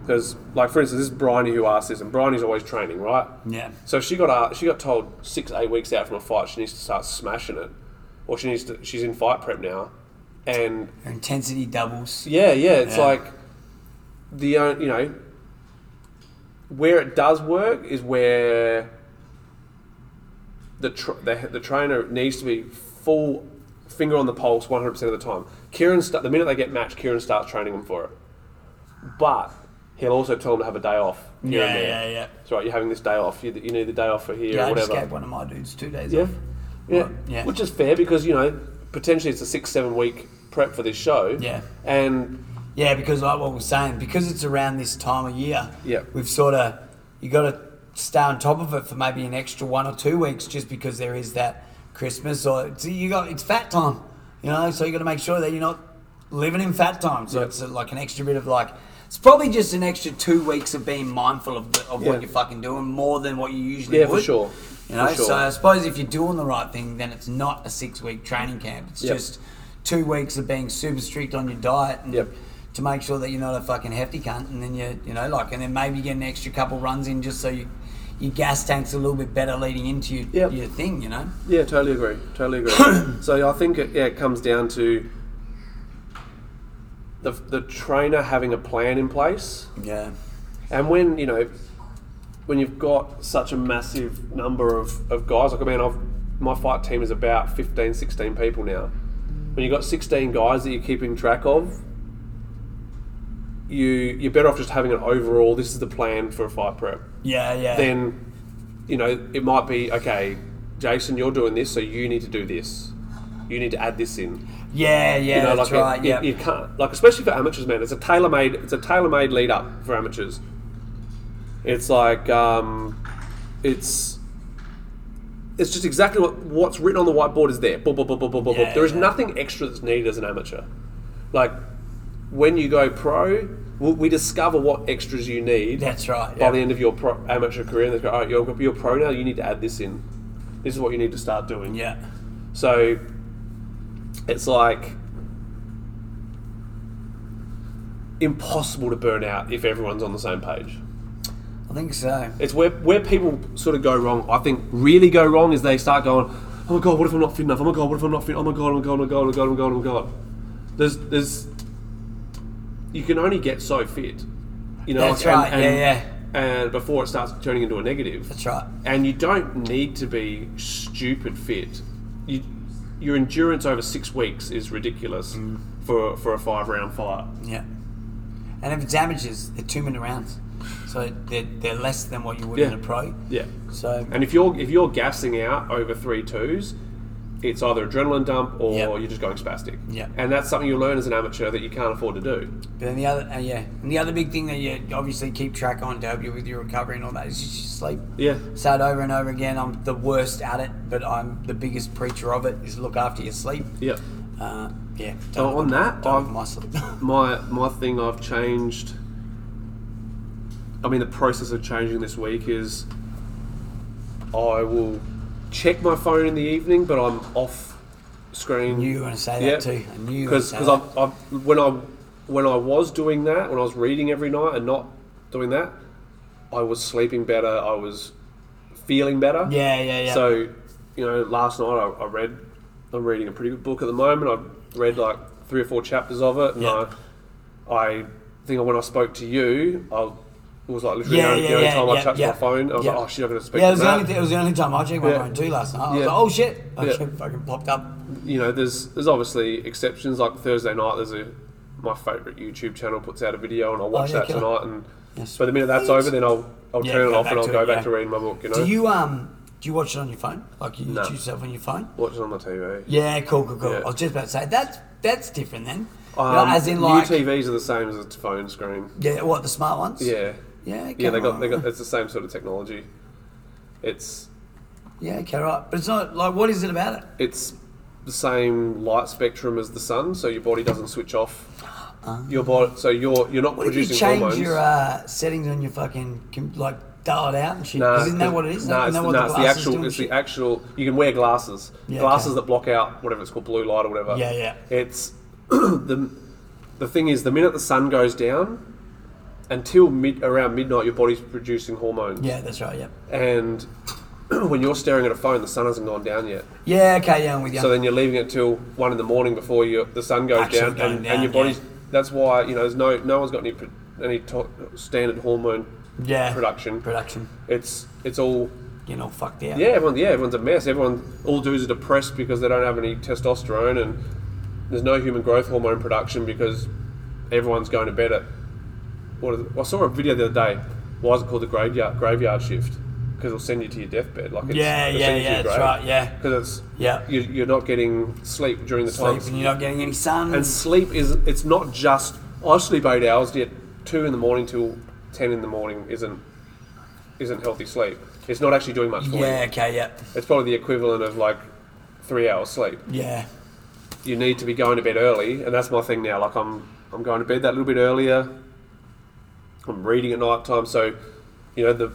because like for instance, this is Bryony who asked this, and Bryony's always training, right?
Yeah.
So she got uh, she got told six eight weeks out from a fight she needs to start smashing it, or she needs to she's in fight prep now, and
Your intensity doubles.
yeah yeah it's
Yeah.
like the on- you know where it does work is where the tr the, the trainer needs to be full finger on the pulse one hundred percent of the time. Kieran sta- the minute they get matched, Kieran starts training them for it, but he'll also tell them to have a day off. here and
Yeah,
there.
yeah, yeah.
It's right, you're having this day off. You, you need the day off for here
Yeah,
or
I just
whatever.
gave one of my dudes two days
Yeah.
off.
Yeah.
Right, yeah.
Which is fair because, you know, potentially it's a six, seven week prep for this show.
Yeah.
And
Yeah, because like what we're saying, because it's around this time of year,
Yeah.
we've sort of you got to stay on top of it for maybe an extra one or two weeks, just because there is that Christmas or it's, you got it's fat time, you know. So you got to make sure that you're not living in fat time. So
Yeah.
it's uh, like an extra bit of like it's probably just an extra two weeks of being mindful of, the, of
Yeah.
what you're fucking doing more than what you usually
yeah,
would.
for sure.
You know,
for sure.
so I suppose if you're doing the right thing, then it's not a six week training camp. It's
Yep.
just two weeks of being super strict on your diet and
Yep.
to make sure that you're not a fucking hefty cunt. And then you, you know, like, and then maybe get an extra couple runs in just so you, your gas tank's a little bit better leading into your,
Yep.
your thing, you know?
Yeah, totally agree. Totally agree. so I think it, yeah, it comes down to the, the trainer having a plan in place.
Yeah.
And when you know, when you've got such a massive number of, of guys, like I mean, I've, my fight team is about 15, 16 people now. When you've got 16 guys that you're keeping track of, you you're better off just having an overall. This is the plan for a fight prep.
Yeah, yeah.
Then, you know, it might be okay. Jason, you're doing this, so you need to do this. You need to add this in.
yeah, yeah,
You know,
that's
like
right.
you,
yeah.
you can't like especially for amateurs, man. It's a tailor made it's a tailor made lead up for amateurs. It's like um, it's it's just exactly what what's written on the whiteboard is there. Boop, boop, boop, boop, boop, boop,
Yeah,
boop. There is
yeah.
nothing extra that's needed as an amateur. Like when you go pro, we, we discover what extras you need.
That's right,
By
yeah.
the end of your pro, amateur career, and they go, "All right, you're, you're pro now. You need to add this in. This is what you need to start doing."
yeah.
So it's like impossible to burn out if everyone's on the same page.
I think so.
It's where where people sort of go wrong. I think really go wrong is they start going, oh my god, what if I'm not fit enough? Oh my god, what if I'm not fit? Oh my god, oh my god, oh my god, oh my god, oh my god, oh my god. There's there's you can only get so fit. You know,
That's
and-
right,
and-
yeah,
And before it starts turning into a negative,
That's right.
and you don't need to be stupid fit. You, your endurance over six weeks is ridiculous for for a five round fight.
Yeah. And if it's amateurs, they're two minute rounds. So they're, they're less than what you would in
Yeah.
a pro.
Yeah,
So,
and if you're if you're gassing out over three twos, it's either adrenaline dump or
Yep.
you're just going spastic.
Yep.
and that's something you learn as an amateur that you can't afford to do.
but then the other, uh, yeah. And the other big thing that you obviously keep track on to help you with your recovery and all that is just sleep.
Yeah,
Say it over and over again. I'm the worst at it, but I'm the biggest preacher of it is look after your sleep.
yeah.
Uh, yeah.
So on that,
don't
I've-
my sleep.
my my thing I've changed. I mean, the process of changing this week is I will check my phone in the evening, but I'm off screen.
knew you were going to say that
Yeah.
too. I knew you were going to
because
say
because
that.
I when I when I was doing that when I was reading every night and not doing that, I was sleeping better. I was feeling better.
Yeah, yeah, yeah.
So you know, last night I, I read. I'm reading a pretty good book at the moment. I read like three or four chapters of it, and
Yeah.
I I think when I spoke to you, I. It was like literally
Yeah,
the only,
yeah,
the only
yeah,
time I
yeah,
touched
yeah.
my phone. I was
Yeah.
like, oh shit, I'm going to speak
yeah, it
to
was, the
Matt."
only, it was the only time I checked my
Yeah.
phone too last night. I was
Yeah.
like, oh shit. I
Yeah.
shit fucking popped up.
you know, there's there's obviously exceptions. Like Thursday night, there's a my favourite YouTube channel puts out a video, and I'll watch
Oh, yeah,
that
killer.
tonight. And
Yes.
but the minute that's over, then I'll I'll
Yeah,
turn it
go
off
back
and I'll
to
go
it,
back
yeah.
to reading my book. You know,
Do you um do you watch it on your phone? Like you
No.
YouTube stuff on your phone?
watch it on the TV.
Yeah, cool, cool, cool.
Yeah.
I was just about to say that's that's different then.
Um,
Like, as in like
new TVs are the same as a phone screen.
yeah, what the smart ones?
Yeah,
yeah,
yeah. They
come
got they
on.
got it's the same sort of technology. It's
yeah, okay, right. But it's not like what is it about it?
it's the same light spectrum as the sun, so your body doesn't switch off. Your body, so you're you're not
Ah. What if you
producing
change
hormones.
your uh, settings on your fucking com- like dial it out and shit?
No,
Because isn't that what it is?
No,
Isn't
it's,
that what
no, it's the
glasses do
actual.
and
It's the
shit?
actual. You can wear glasses,
Yeah,
glasses
okay.
that block out whatever it's called, blue light or whatever.
Yeah, yeah.
It's the the thing is the minute the sun goes down until mid around midnight, your body's producing hormones,
yeah, that's right. Yeah,
and when you're staring at a phone, the sun hasn't gone down yet.
yeah. Okay, yeah, I'm with you.
So then you're leaving it till one in the morning before you, the sun goes
Actually
down,
going
and,
down,
and your
yeah.
body's. That's why you know there's no no one's got any pro- any to- standard hormone
yeah,
production.
production.
It's it's all
You know, fucked out.
yeah, everyone, yeah, everyone's a mess. Everyone, all dudes are depressed because they don't have any testosterone, and there's no human growth hormone production because everyone's going to bed at. What is it? I saw a video the other day. Why is it called the graveyard graveyard shift? Because it'll send you to your deathbed. Like it's,
Yeah,
it'll
yeah,
send you
yeah, that's right, yeah.
because it's
Yeah.
you, you're not getting sleep during the
Sleep
times.
and you're not getting any sun.
And sleep is it's not just I sleep eight hours, yet two in the morning till ten in the morning isn't isn't healthy sleep. It's not actually doing much for you.
yeah, okay, yeah,
It's probably the equivalent of like three hours sleep.
yeah.
You need to be going to bed early, and that's my thing now. Like I'm, I'm going to bed that little bit earlier. I'm reading at night time, so you know the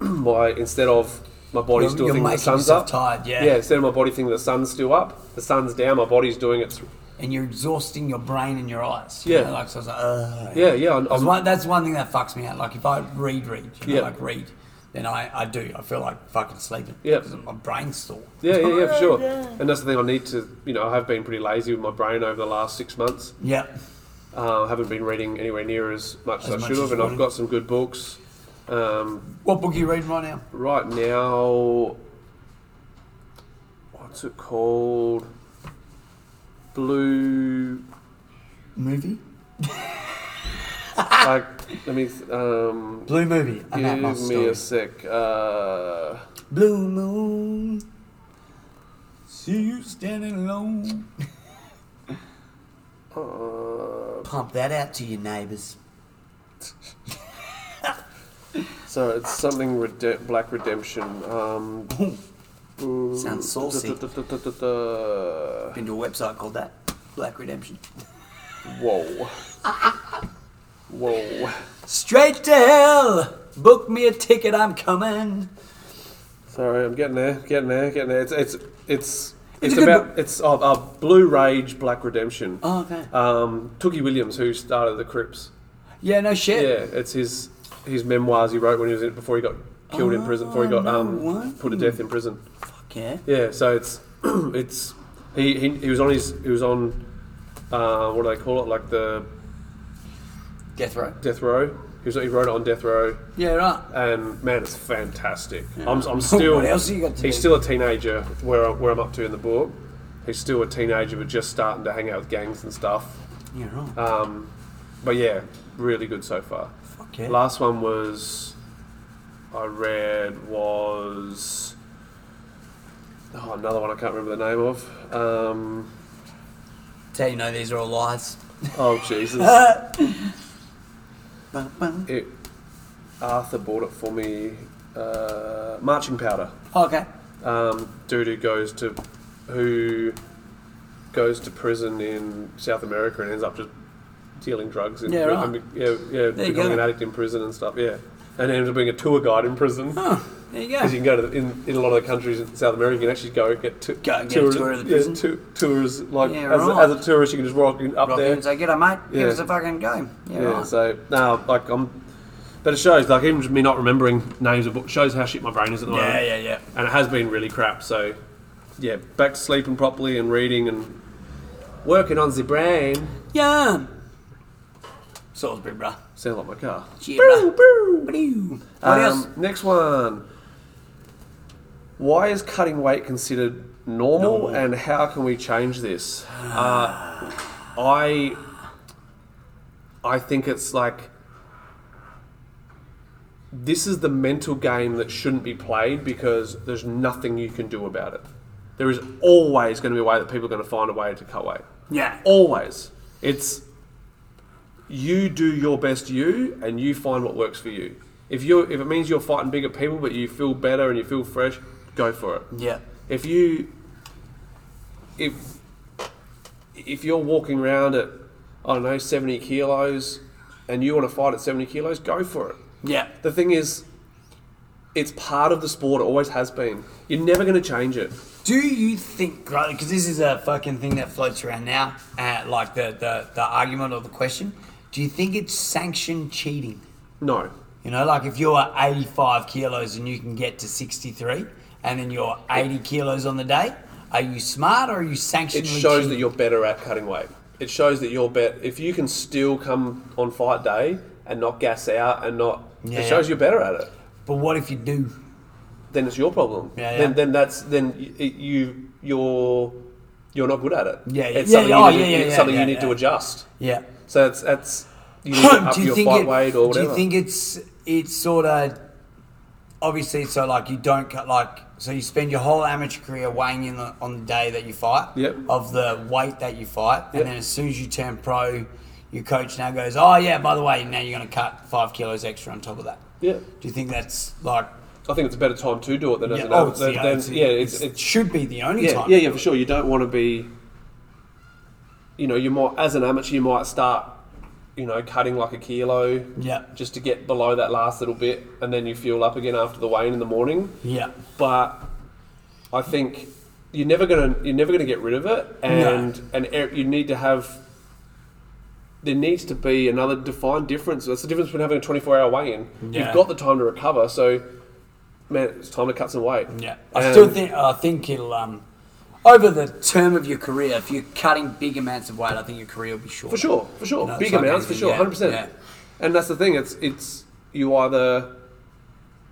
my instead of my body
You're-
still
you're
thinking the
making
sun's
yourself
up.
tired, yeah.
Yeah. Instead of my body thinking the sun's still up, the sun's down. My body's doing its.
and you're exhausting your brain and your eyes.
Yeah.
You know, like, so I was like, Ugh.
Yeah, yeah. I'm,
'Cause
I'm-
one- that's one thing that fucks me out. Like, if I read, read, you know,
Yeah.
like read, then I, I do. I feel like fucking sleeping.
Yeah.
Because my brain's sore.
yeah, yeah, yeah, for sure. And that's the thing. I need to. You know, I have been pretty lazy with my brain over the last six months.
Yeah.
Uh, I haven't been reading anywhere near as much as,
much
I should
as
have,
you
and I've
wanted.
got some good books. Um,
What book are you reading right now?
right now what's it called blue
Movie? Ah!
like let me th- um
Blue movie. I'm at my
give me
story.
a sec uh
Blue moon. See you standing alone.
uh,
Pump that out to your neighbours.
so it's something Rede- Black Redemption. Um, mm,
Sounds saucy.
da-da-da-da-da-da.
Been to a website called that. Black Redemption.
Whoa, whoa.
Straight to hell. Book me a ticket. I'm coming.
Sorry, I'm getting there, getting there, getting there. It's it's it's
It's
it's,
a good
about it's uh, uh, Blue Rage Black Redemption.
Oh, okay.
Um, Tookie Williams, who started the Crips.
Yeah, no
Yeah,
shit.
it's his his memoirs he wrote when he was in, before he got killed in prison, before he got
Oh, no
um
way.
put to death in prison.
Fuck yeah.
Yeah, so it's it's he, he he was on his he was on uh, what do they call it like the
Death row.
death row, He, was, he wrote it on death row,
Yeah, right.
and Um, man, it's fantastic. I'm, I'm still.
What else have you got to
he's
do?
still a teenager. Where I- where I'm up to in the book, he's still a teenager, but just starting to hang out with gangs and stuff.
Yeah, right.
Uh, But yeah, really good so far.
Fuck yeah.
Last one was I read was oh another one I can't remember the name of. Um,
Tell you know these are all lies.
oh Jesus!
Bum, bum.
it, Arthur bought it for me. Uh, marching powder.
Okay.
Um, dude who goes to who goes to prison in South America and ends up just dealing drugs. In,
Yeah, right.
I mean, yeah, yeah,
go.
becoming an addict in prison and stuff. Yeah, and ends up being a tour guide in prison.
There you
Because you
go.
can go to the, in, in a lot of the countries in South America, you can actually go get, to,
Go get a tour of the prison.
Yeah, tou- tours like
Yeah,
as,
right.
as a tourist, you can just walk in, up
Rock in
there.
and say, "Get mate. Give
Yeah.
us a fucking game." Yeah,
yeah,
right.
so no, like I'm, but it shows like even just me not remembering names of books shows how shit my brain is at the moment.
yeah, yeah, yeah.
And it has been really crap. So yeah, back to sleeping properly and reading and working on the brain.
Yeah. Salisbury, bruh.
Sound like my car.
Yeah, bruh. Boo. What else?
Um, next one. Why is cutting weight considered normal, and how can we change this? Uh, I I think it's like this is the mental game that shouldn't be played because there's nothing you can do about it. There is always going to be a way that people are going to find a way to cut weight.
Yeah.
Always. It's you do your best you and you find what works for you. If you if it means you're fighting bigger people but you feel better and you feel fresh, go for it.
Yeah.
If you if if you're walking around at I don't know, seventy kilos and you want to fight at seventy kilos, go for it.
Yeah.
The thing is it's part of the sport, it always has been. You're never gonna change it.
Do you think, right? Because this is a fucking thing that floats around now, uh, like the, the the argument or the question. Do you think it's sanctioned cheating?
No.
You know, like if you're 85 kilos and you can get to 63, and then you're 80 kilos on the day, are you smart or are you sanctioned?
it shows that you're better at cutting weight. It shows that you're better if you can still come on fight day and not gas out and not.
Yeah,
it shows
yeah.
you're better at it.
But what if you do?
Then it's your problem.
Yeah,
Then
yeah.
then that's then y- it, you you're you're not good at it.
Yeah, yeah.
It's
Yeah,
something
yeah, oh,
you need,
yeah, yeah,
it's
yeah,
something
yeah,
you need to
yeah.
adjust.
Yeah.
So it's that's you need to up your fight weight or whatever.
Do you think it's it's sort of obviously so like you don't cut like so you spend your whole amateur career weighing in the, on the day that you fight
Yep.
of the weight that you fight,
Yep.
and then as soon as you turn pro, your coach now goes, oh yeah, by the way, now you're going to cut five kilos extra on top of that.
Yeah.
Do you think that's like?
I think it's a better time to do it than as
yeah,
an
oh, it's
than,
the,
than-
it's,
yeah, it's,
it
it's
should be the only
yeah,
time.
Yeah, yeah, for sure. You don't want to be, you know, you might as an amateur, you might start, you know, cutting like a kilo,
Yeah.
just to get below that last little bit, and then you fuel up again after the weigh-in in the morning.
Yeah.
But I think you're never gonna you're never gonna get rid of it, and and er- you need to have. There needs to be another defined difference. That's the difference between having a 24-hour weigh-in.
Yeah.
You've got the time to recover, so man, it's time to cut some weight.
Yeah, I
And-
still think I think it'll um over the term of your career, if you're cutting big amounts of weight, I think your career will be short.
For sure, for sure.
No, it's
Big
like
amounts, for
anything,
sure,
yeah,
hundred percent.
yeah.
And that's the thing. It's it's you either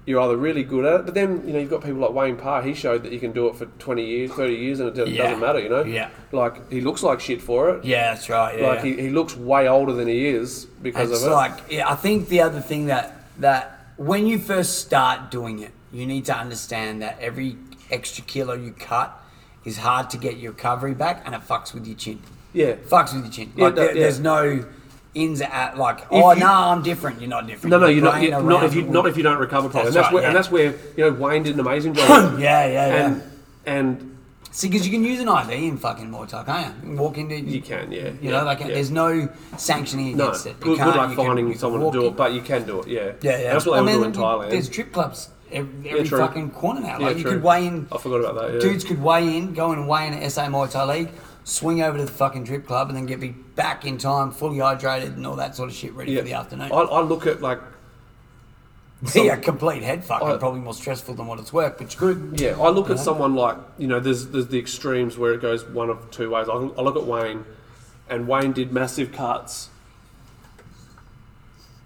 you're either really good at it, but then you know you've got people like Wayne Parr. He showed that you can do it for twenty years, thirty years, and it doesn't,
Yeah.
doesn't matter. You know,
Yeah.
Like he looks like shit for it.
Yeah, that's right. Yeah,
Like
yeah.
he, he looks way older than he is because
it's
of it.
like yeah, I think the other thing that that when you first start doing it, you need to understand that every extra kilo you cut is hard to get your recovery back, and it fucks with your chin.
yeah.
fucks with your chin.
Yeah,
Like
that-
there-
yeah.
there's no ins at like oh
you-
no, I'm different. You're not different.
No, no,
Your
you're not.
brain
You're not if
around
you
it
not
will-
if you don't recover properly.
That's
and that's
right,
where
yeah.
and that's where you know Wayne did an amazing job.
Yeah, yeah, yeah.
And and
See, because you can use an ID in fucking Muay Thai, can't you? you can walk into
you can, yeah.
You
yeah,
know, like
yeah.
there's no sanctioning
No,
against
good,
it. You
good
can't-
luck
you can-
finding
you can
someone to
walk
do
in.
it, but you can do it. Yeah,
Yeah, yeah.
That's what
I
they
mean,
were doing in Thailand.
There's strip clubs every,
Yeah,
every
true.
fucking corner now.
Yeah,
Like you
true.
could weigh in.
I forgot about that, yeah.
Dudes could weigh in, go and weigh in at SA Muay Thai League, swing over to the fucking strip club, and then get me back in time, fully hydrated and all that sort of shit, ready
yeah.
for the afternoon.
I, I look at like
Be a complete head fuck.
I-
and probably more stressful than what it's worth, but it's good.
yeah, I look at someone like you know, there's there's the extremes where it goes one of two ways. I, look- I look at Wayne, and Wayne did massive cuts,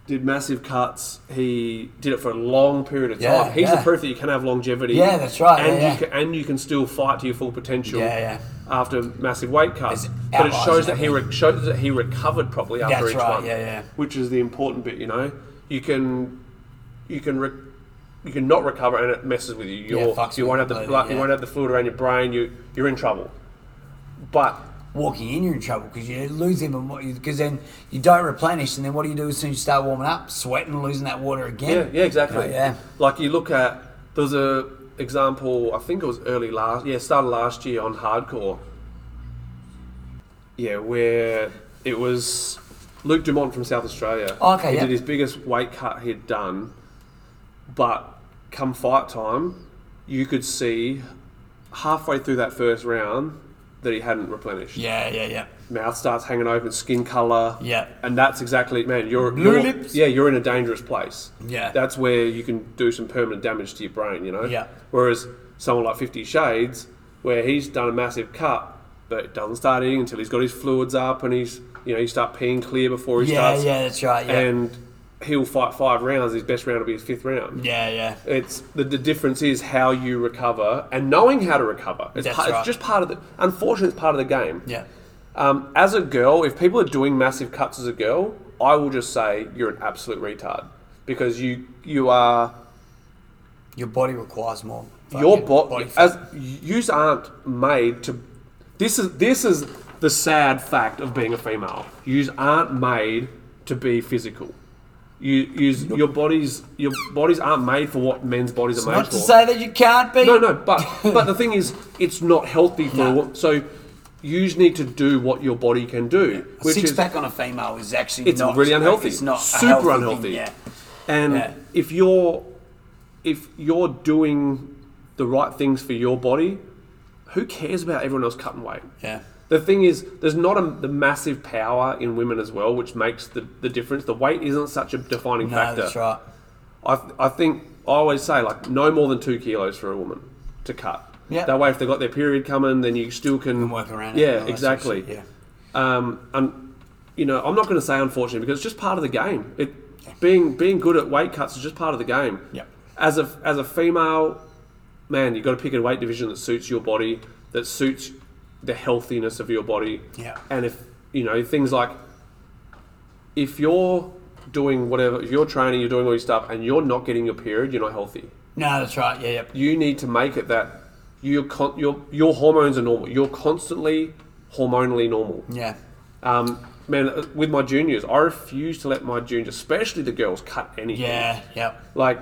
did massive cuts. He did it for a long period of time.
Yeah,
He's the
yeah.
proof that you can have longevity.
Yeah, that's right,
And
yeah,
you
yeah.
Can, and you can still fight to your full potential.
Yeah, yeah.
After massive weight cuts,
There's
but it
outliers,
shows that
isn't
he
there?
re- shows that he recovered properly after
That's
each
right,
one.
yeah, yeah.
Which is the important bit, you know. You can, you can. Re- you can not recover and it messes with you. You're,
fucks
you
with
won't
you
have the
completely,
like, you
yeah.
won't have the fluid around your brain. You you're in trouble. But
walking in, you're in trouble because you lose even more. Because then you don't replenish, and then what do you do as soon as you start warming up? Sweating, losing that water
Yeah,
again.
yeah, exactly.
Oh, yeah.
Like you look at there was a example. I think it was early last. Yeah, started last year on hardcore. Yeah, where it was Luke Dumont from South Australia.
Oh, okay,
he
yeah.
did his biggest weight cut he'd done, but come fight time, you could see halfway through that first round that he hadn't replenished
Yeah, yeah, yeah.
mouth starts hanging open, skin color.
Yeah.
And that's exactly, man, you're.
Blue
you're-
lips.
Yeah, you're in a dangerous place.
Yeah.
That's where you can do some permanent damage to your brain, you know?
Yeah.
Whereas someone like Fifty Shades, where he's done a massive cut, but it doesn't start eating until he's got his fluids up and he's, you know, you start peeing clear before he
Yeah,
starts.
yeah, that's right. Yeah,
And he'll fight five rounds. His best round will be his fifth round.
yeah, yeah.
It's the, the difference is how you recover and knowing how to recover. It's,
That's
part,
right.
it's just part of the. Unfortunately, it's part of the game.
Yeah.
Um, as a girl, if people are doing massive cuts as a girl, I will just say you're an absolute retard because you you are
Your body requires more.
your
fucking
bo-
body fat.
as yous aren't made to. This is this is the sad fact of being a female. Yous aren't made to be physical. You use your bodies. Your bodies aren't made for what men's bodies are made
Not
for.
to say that you can't be.
No, no, but but the thing is, it's not healthy for a
No.
wo- so. You need to do what your body can do,
A
which
six
is
pack on a female is actually
it's
not,
really unhealthy.
It's not a
super
healthy thing,
unhealthy.
yeah.
And
Yeah.
if you're if you're doing the right things for your body, who cares about everyone else cutting weight?
Yeah.
The thing is, there's not a the massive power in women as well, which makes the, the difference. The weight isn't such a defining
No,
factor.
that's right.
I, th- I think I always say like no more than two kilos for a woman to cut.
Yeah.
That way, if they've got their period coming, then you still can,
And work around it. and all that
Yeah,
sort of
exactly.
shit, Yeah.
Um, and you know, I'm not going to say unfortunate because it's just part of the game. It being being good at weight cuts is just part of the game.
Yep.
As a as a female, man, you got to pick a weight division that suits your body, that suits the healthiness of your body.
Yeah.
And if you know things like if you're doing whatever, if you're training, you're doing all your stuff, and you're not getting your period, you're not healthy
No, that's right. Yeah, yeah.
you need to make it that your con- your your hormones are normal. You're constantly hormonally normal.
Yeah.
Um, man, uh, with my juniors, I refuse to let my juniors, especially the girls, cut anything.
Yeah, yep.
Like,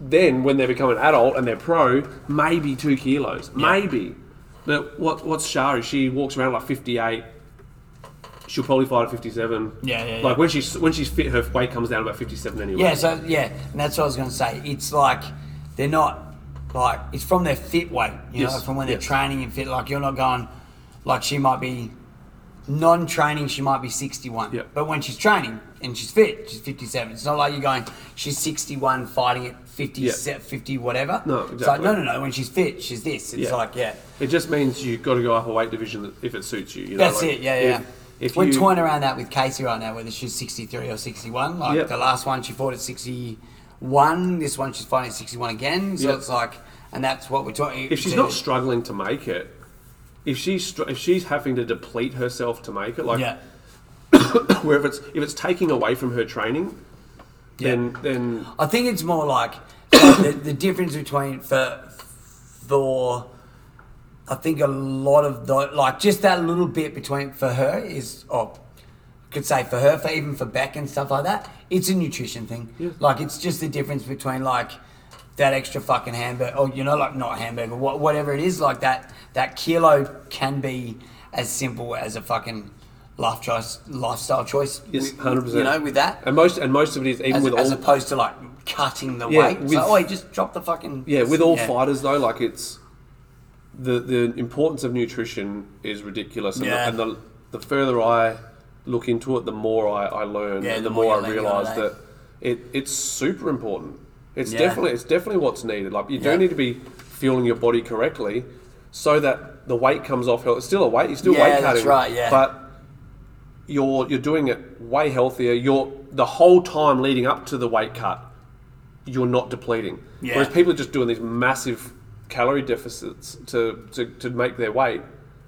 then when they become an adult and they're pro, maybe two kilos, maybe. But what what's Shari? She walks around like fifty eight. She'll probably fight at fifty seven.
Yeah, yeah, yeah.
Like when she's when she's fit, her weight comes down about fifty seven anyway.
Yeah, so yeah, and that's what I was going to say. It's like they're not like it's from their fit weight, you know,
Yes,
from when they're
yes.
training and fit. Like you're not going, like she might be non-training, she might be 61,
Yeah.
but when she's training and she's fit, she's 57. It's not like you're going, she's 61 fighting at 50,
Yeah.
se- 50 whatever.
No,
It's like
exactly.
no, no, no. When she's fit, she's this. It's
Yeah.
like yeah,
It just means you've got to go up a weight division that- if it suits you. you know,
that's
like,
it. Yeah,
if-
yeah.
If
We're
you,
toying around that with Casey right now, whether she's 63 or 61. Like
Yep.
the last one she fought at 61, this one she's fighting at 61 again. So
Yep.
it's like, and that's what we're talking.
if she's not struggling to make it, if she's str- if she's having to deplete herself to make it, like
yeah,
where if it's if it's taking away from her training, then then
I think it's more like so the, the difference between for for I think a lot of the like just that little bit between for her is oh I could say for her for even for Beck and stuff like that it's a nutrition thing like it's just the difference between like that extra fucking hamburger or you know like not hamburger wha- whatever it is like that that kilo can be as simple as a fucking life choice lifestyle choice
yes,
with-
hundred percent.
you know with that
and most and most of it is even
as,
with
as
all
opposed to like cutting the
Yeah,
weight.
with-
so, oh, you just drop the fucking
yeah with all
yeah.
fighters though, like it's the the importance of nutrition is ridiculous, and,
Yeah.
the, and the the further I look into it, the more I, I learn,
Yeah,
and
the
the
more
more,
you
I
learn, you
realise
know,
that it it's super important. It's
Yeah.
definitely it's definitely what's needed. Like you
Yeah.
do need to be fueling your body correctly, so that the weight comes off. It's still a weight. You're still
Yeah,
weight
that's
cutting.
right, yeah.
But you're you're doing it way healthier. You're the whole time leading up to the weight cut, you're not depleting.
Yeah.
Whereas people are just doing these massive calorie deficits to, to, to make their weight.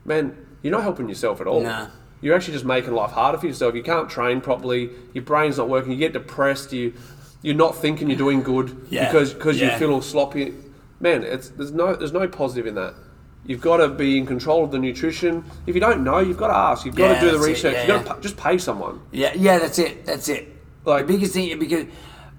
Man, you're not helping yourself at all.
Nah.
You're actually just making life harder for yourself. You can't train properly. Your brain's not working. You get depressed. You you're not thinking you're doing good
Yeah.
because because
Yeah.
you feel all sloppy. Man, it's there's no there's no positive in that. You've got to be in control of the nutrition. If you don't know, you've got to ask. You've got
Yeah,
to do the
that's it.
research.
Yeah,
you've got
yeah.
to pa- just pay someone.
Yeah, yeah, that's it. That's it.
Like-
the biggest thing because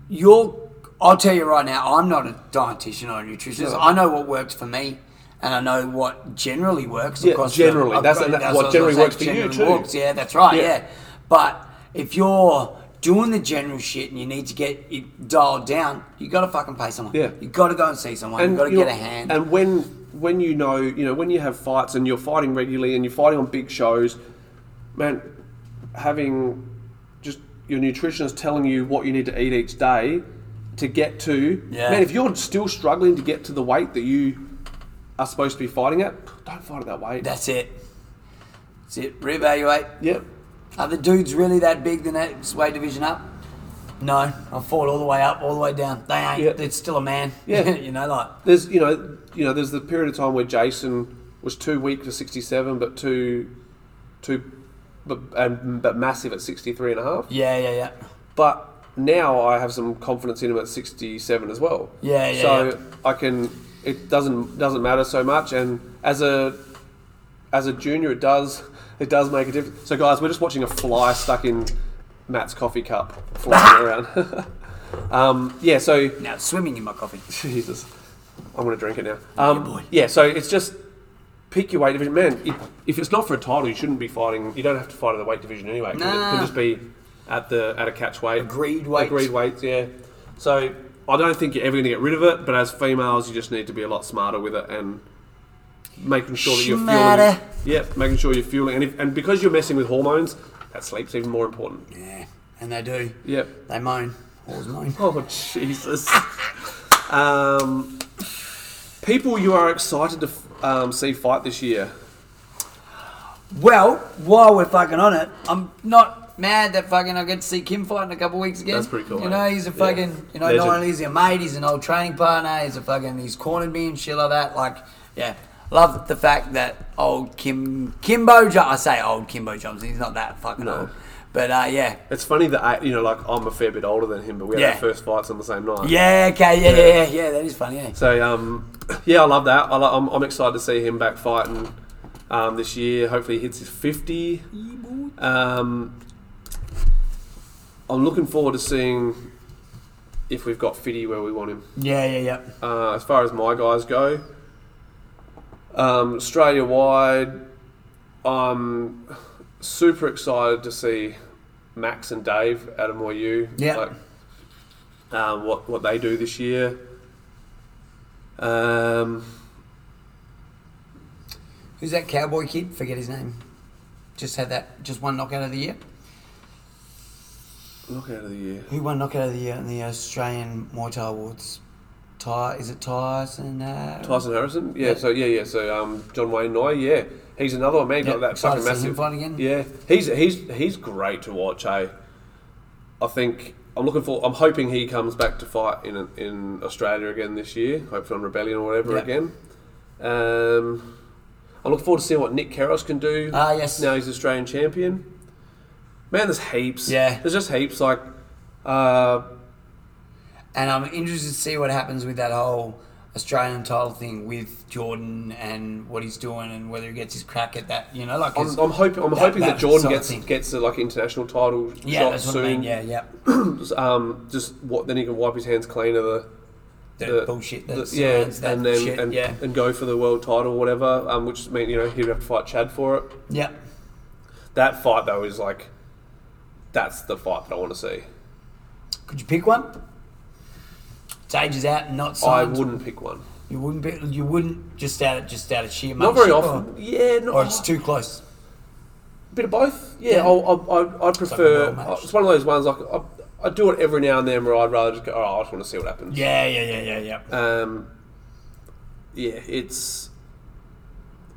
you're. I'll tell you right now, I'm not a dietitian or a nutritionist. I know what works for me, and I know what generally works.
Yeah,
across
generally.
I've
That's-
got-
and that's
I
what
was gonna
generally
say,
works for you
generally
too.
Yeah, that's right. Yeah.
Yeah.
but if you're doing the general shit and you need to get it dialed down, you got to fucking pay someone.
Yeah.
you got to go and see someone. you got to
you know,
get a hand.
And when when you know, you know, when you have fights and you're fighting regularly and you're fighting on big shows, man, having just your nutritionist telling you what you need to eat each day to get to,
Yeah.
man, if you're still struggling to get to the weight that you are supposed to be fighting at, don't fight at that weight.
that's it. That's it. Reevaluate.
yep.
Are the dudes really that big the next weight division up? No, I fought all the way up, all the way down. They ain't.
Yeah.
It's still a man.
Yeah.
you know, like
There's you know you know there's the period of time where Jason was too weak for 67, but too too but and but massive at 63 and a half.
yeah, yeah, yeah,
But now I have some confidence in him at 67 as well.
Yeah, yeah,
So
yeah.
I can. It doesn't doesn't matter so much, and as a as a junior, it does it does make a difference. So guys, we're just watching a fly stuck in Matt's coffee cup flying around. um, yeah. So
Now it's swimming in my coffee.
Jesus, I'm gonna drink it now. Um,
boy.
Yeah. So it's just pick your weight division, man. If, if it's not for a title, you shouldn't be fighting. You don't have to fight at the weight division anyway. 'cause It
Nah.
can just be at the at a catch weight.
Agreed weight.
Agreed weights. Yeah. So I don't think you're ever gonna get rid of it, but as females, you just need to be a lot smarter with it and making sure that you're
Smarter.
fueling. Yeah, making sure you're fueling, and if, and because you're messing with hormones, that sleep's even more important.
Yeah, and they do.
Yep.
They moan. Always moan.
Oh Jesus! um, people you are excited to f- um, see fight this year.
Well, while we're fucking on it, I'm not mad that fucking I get to see Kim fight in a couple of weeks again.
That's pretty cool,
You
eh?
know, he's a
Yeah.
fucking, you know,
Legend.
not only is he a mate, he's an old training partner, he's a fucking, he's cornered me and shit like that. Like, yeah. Love the fact that old Kim, Kimbo Johnson, I say old Kimbo Johnson, he's not that fucking
No.
old. But uh, yeah.
It's funny that I, you know, like I'm a fair bit older than him, but we had
Yeah.
our first fights on the same night.
Yeah, okay, yeah, yeah,
Yeah.
yeah, yeah, that is funny, eh?
So um, yeah, I love that. I lo- I'm, I'm excited to see him back fighting um, this year. Hopefully, he hits his fifty. Um, I'm looking forward to seeing if we've got Fitty where we want him.
Yeah, yeah, yeah.
uh, as far as my guys go. Um, Australia wide, I'm super excited to see Max and Dave out of Moyu.
Yeah.
um, what what they do this year. Um,
Who's that cowboy kid? Forget his name. Just had that, just one knockout of the year.
knockout of the year.
Who won knockout of the year in the Australian Muay Thai Awards? Ty, is it Tyson? Uh,
Tyson Harrison, yeah,
Yeah.
So yeah, yeah. So um, John Wayne Nye, yeah, he's another one. Man,
Yeah,
got that
excited
fucking
to see him
massive.
fight again.
Yeah, he's he's he's great to watch. Eh? I think I'm looking for. I'm hoping he comes back to fight in in Australia again this year. Hopefully on Rebellion or whatever
Yeah.
again. Um, I look forward to seeing what Nick Kyrgios can do.
Ah, yes.
Now he's Australian champion. Man, there's heaps.
Yeah.
there's just heaps. Like, uh,
And I'm interested to see what happens with that whole Australian title thing with Jordan and what he's doing and whether he gets his crack at that. You know, like
I'm,
his-
I'm hoping I'm
that-
hoping that,
that
Jordan
sort of
gets
thing.
gets a, like international title
yeah,
shot
that's what
soon.
I mean. Yeah, yeah.
um, just what then he can wipe his hands clean of the,
The, bullshit.
the-
That
yeah,
surrounds that
and then
shit.
and,
yeah,
and go for the world title, or whatever. Um, which mean you know he'd have to fight Chad for it.
yeah.
That fight though is like, that's the fight that I want to see.
Could you pick one? It's ages out and not
I
signed.
wouldn't pick one.
You wouldn't. Be, you wouldn't just out of just out of sheer.
Not very
mothership,
often. yeah, not
Or, or it's too close.
bit of both.
Yeah.
Yeah, I'll, I, I, I prefer. uh,
well matched.
it's one of those ones like I, I do it every now and then where I'd rather just go. Oh, I just want to see what happens. Uh,
Yeah, yeah, yeah, yeah, yeah.
Um, yeah, it's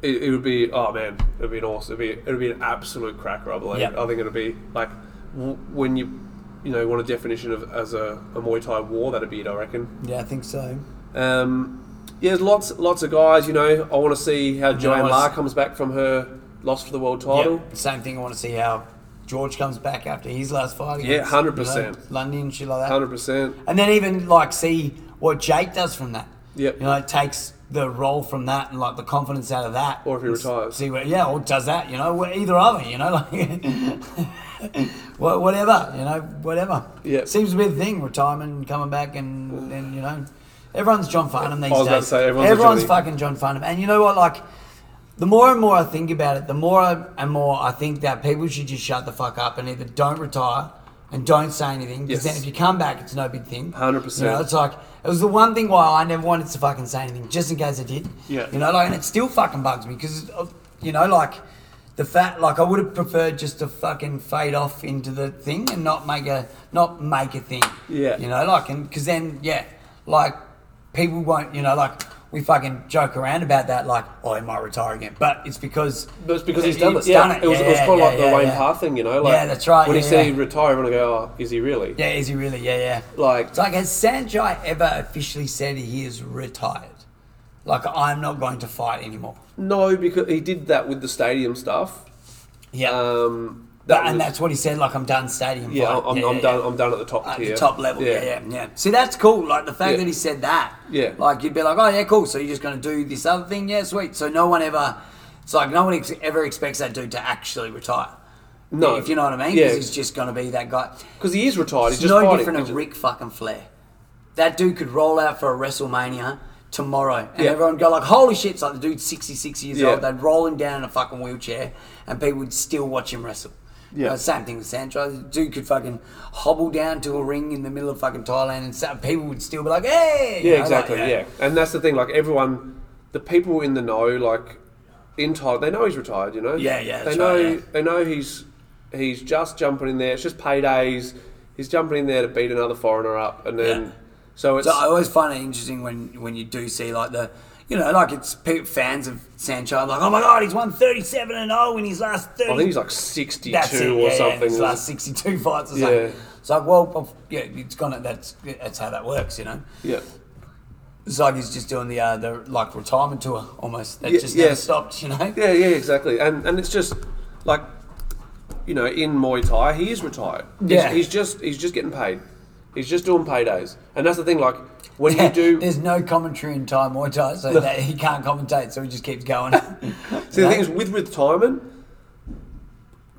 it, it would be oh man, it would be an awesome, it would be, it'd be an absolute cracker. I believe.
Yep.
I think it'd be like w- when you you know want a definition of as a, a Muay Thai war, that'd be it. I reckon.
Yeah, I think so.
Um, yeah, there's lots lots of guys. You know, I want to see how Joanne
wanna
La
s-
comes back from her loss for the world title.
Same thing. I want to see how George comes back after his last fight.
Yeah, 100%.
you know, London and shit like that.
Hundred percent.
And then even like see what Jake does from that.
Yep.
You know, it takes the role from that and like the confidence out of that.
Or if he
And s-
retires.
See where, yeah, or does that, you know, wh- either other, you know, like wha- whatever, you know, whatever.
Yep.
Seems to be the thing, retirement and coming back and then, you know, everyone's John Farnham these
I was about
days.
to say, everyone's a
everyone's
Johnny.
fucking John Farnham. And you know what, like, the more and more I think about it, the more I- and more I think that people should just shut the fuck up and either don't retire and don't say anything. Because then
Yes.
if you come back, it's no big thing.
100%.
You know, it's like, it was the one thing why I never wanted to fucking say anything, just in case I did.
Yeah.
You know, like, and it still fucking bugs me because, you know, like, the fat, like, I would have preferred just to fucking fade off into the thing and not make a, not make a thing.
Yeah.
You know, like, and, because then, yeah, like, people won't, you know, like, we fucking joke around about that, like, oh, he might retire again. But it's because.
But it's because he's done this. Yeah, it was, it was
yeah,
kind of
yeah,
like the
yeah,
Wayne
yeah.
Parr thing, you know. Like,
Yeah, that's right,
When
yeah,
he said
yeah.
he retired, everyone go, "Oh, is he really?"
Yeah, is he really? Yeah, yeah.
Like,
It's like, has Sanjay ever officially said he is retired? Like, I'm not going to fight anymore.
no, because he did that with the stadium stuff.
Yeah.
Um, that
But- and
was-
that's what he said, like, I'm done stadium
yeah,
fight.
I'm, I'm
yeah,
done.
yeah.
I'm done at the top
At
tier,
the top level, yeah. yeah, yeah, See, that's cool. Like the fact
Yeah.
that he said that.
Yeah.
Like you'd be like, oh yeah, cool. So you're just going to do this other thing, yeah, sweet. So no one ever, it's like no one ex- ever expects that dude to actually retire.
No.
if you know what I mean,
Yeah.
because he's just going to be that guy.
because he is retired. He's
It's
just
no
fighting.
different
He's
than Rick fucking Flair. That dude could roll out for a WrestleMania tomorrow, and
Yeah.
everyone would go like, "Holy shit!" It's like the dude's sixty-six years
Yeah.
old. They'd roll him down in a fucking wheelchair, and people would still watch him wrestle.
Yeah.
Uh, same thing with Sancho. The dude could fucking hobble down to a ring in the middle of fucking Thailand, and so, people would still be like, "Hey!"
Yeah,
You know, like,
exactly. yeah. and that's the thing. Like everyone, the people in the know, like in time, they know he's retired. You know.
Yeah, yeah,
They
that's
know.
right, yeah.
They know he's he's just jumping in there. It's just paydays. He's jumping in there to beat another foreigner up, and then
Yeah.
so it's
So I always find it interesting when, when you do see like the, you know, like it's pe- fans of Sancho are like, oh my god, he's won thirty-seven and zero in his last thirty.
I think Oh, he's like 62
That's it,
or
yeah, Yeah,
something.
his last 62 fights or something.
Yeah.
It's like, well, well, yeah, it's gonna. That's that's how that works, you know.
yeah.
It's like he's just doing the uh, the like retirement tour almost. That
Yeah,
just
yeah.
never stopped, you know.
Yeah, yeah, exactly. And and it's just like you know, in Muay Thai, he is retired. He's-
Yeah.
He's, just he's just getting paid. He's just doing paydays. And that's the thing like when you do
There's no commentary in Thai Muay Thai, so that he can't commentate, so he just keeps going.
See the thing is with retirement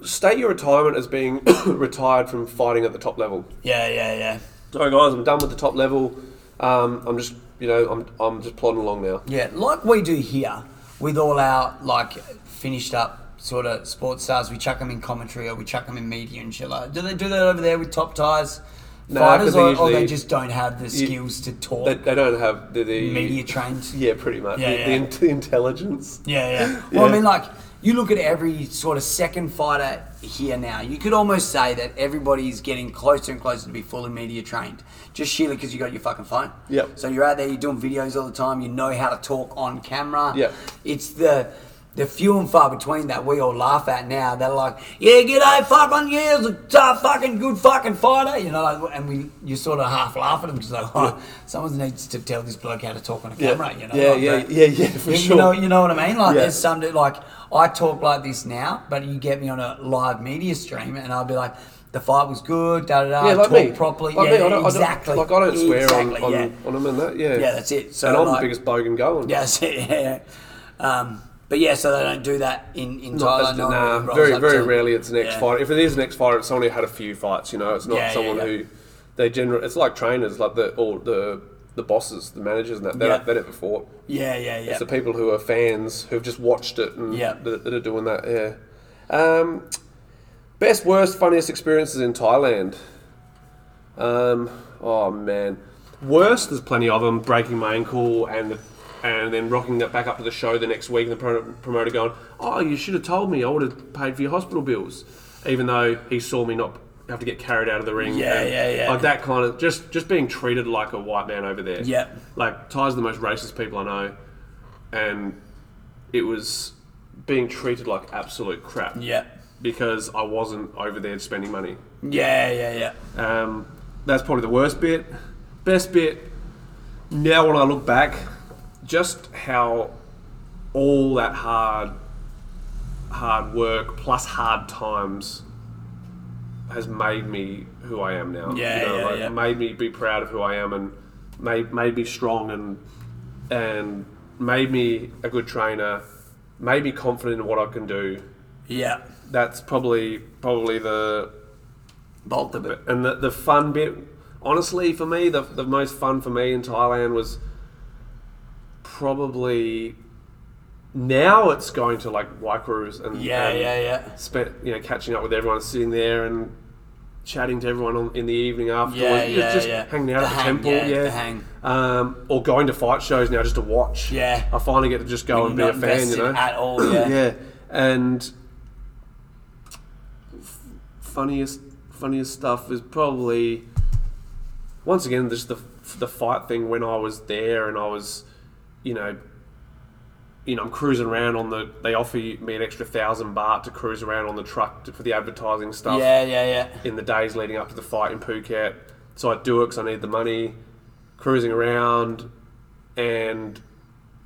state your retirement as being retired from fighting at the top level.
yeah, yeah, yeah,
Sorry guys, I'm done with the top level. Um, I'm just you know, I'm I'm just plodding along now.
yeah. Like we do here with all our like finished up sort of sports stars, we chuck them in commentary or we chuck them in media and shit like. Do they do that over there with top ties?
No,
fighters,
'cause they
or, or they
usually-
just don't have the skills to talk.
They, they don't have the, the
media trained.
Yeah, pretty much.
Yeah,
the,
yeah.
The, in- the intelligence.
Yeah, yeah. Well, I
Yeah.
mean, like you look at every sort of second fighter here now. You could almost say that everybody's getting closer and closer to be fully media trained, just sheerly because you got your fucking phone.
Yep.
So you're out there, you're doing videos all the time. You know how to talk on camera.
Yep.
It's the the few and far between that we all laugh at now. They're like, yeah, g'day, fucking, yeah, it's a tough, fucking, good fucking fighter, you know, like, and we, you sort of half laugh at them because like, oh, someone needs to tell this bloke how to talk on a
Yeah.
camera, you know.
Yeah,
like
yeah,
that.
yeah, yeah, for
you,
sure.
know, you know what I mean? Like,
Yeah.
there's some dude, like, I talk like this now, but you get me on a live media stream, and I'll be like, the fight was good, da da da.
Yeah,
I
like
uh, talk
me.
properly.
Like
yeah,
me, I don't,
exactly.
I don't, like I don't swear
exactly,
on, on,
yeah.
on them and that. Yeah.
Yeah, that's it. So,
and I'm
like-
the biggest bogan going.
Yeah, that's it, yeah. yeah. Um, but yeah, so they don't do that in in
Not
Thailand.
as-
no one
nah,
really rolls
very
up
very
to-
rarely it's an ex
Yeah.
fighter. If it is an ex fighter, it's someone who had a few fights. You know, it's not
Yeah, yeah,
someone
yeah.
who they generally. It's like trainers, like the or the the bosses, the managers, and that they
Yeah.
don't- they never fought.
Yeah, yeah, yeah.
It's the people who are fans who've just watched it and
Yeah.
that, that are doing that. Yeah. Um, best, worst, funniest experiences in Thailand. Um, oh man, worst. There's plenty of them. Breaking my ankle and the, and then rocking that back up to the show the next week. And the pro- promoter going, "Oh, you should have told me. I would have paid for your hospital bills," even though he saw me not have to get carried out of the ring.
Yeah,
And,
yeah, yeah.
Like that kind of just just being treated like a white man over there.
Yep.
Like Ty's the most racist people I know, and it was being treated like absolute crap.
Yeah.
Because I wasn't over there spending money.
Yeah, yeah, yeah.
Um, that's probably the worst bit. Best bit, now when I look back, just how all that hard, hard work plus hard times has made me who I am now.
Yeah, yeah, yeah.
Made me be proud of who I am and made made me strong and and made me a good trainer, made me confident in what I can do.
Yeah.
That's probably probably the
Bolt of it.
and the, the fun bit, honestly, for me, the, the most fun for me in Thailand was probably now it's going to like Waikaroos and
Yeah,
and
yeah, yeah.
spent you know catching up with everyone, sitting there and chatting to everyone on, in the evening afterwards,
Yeah,
You know,
yeah,
just
yeah.
hanging out
The
at the
hang,
temple,
yeah,
yeah,
the hang.
Um, or going to fight shows now just to watch.
Yeah.
I finally get to just go and be
Not
a fan, you
invested
know,
at all, yeah.
yeah, and f- funniest funniest stuff is probably once again just the the fight thing when I was there and I was, you know, you know I'm cruising around on the they offer you- me an extra thousand baht to cruise around on the truck to, for the advertising stuff
Yeah, yeah, yeah.
in the days leading up to the fight in Phuket. So I do it because I need the money. Cruising around, and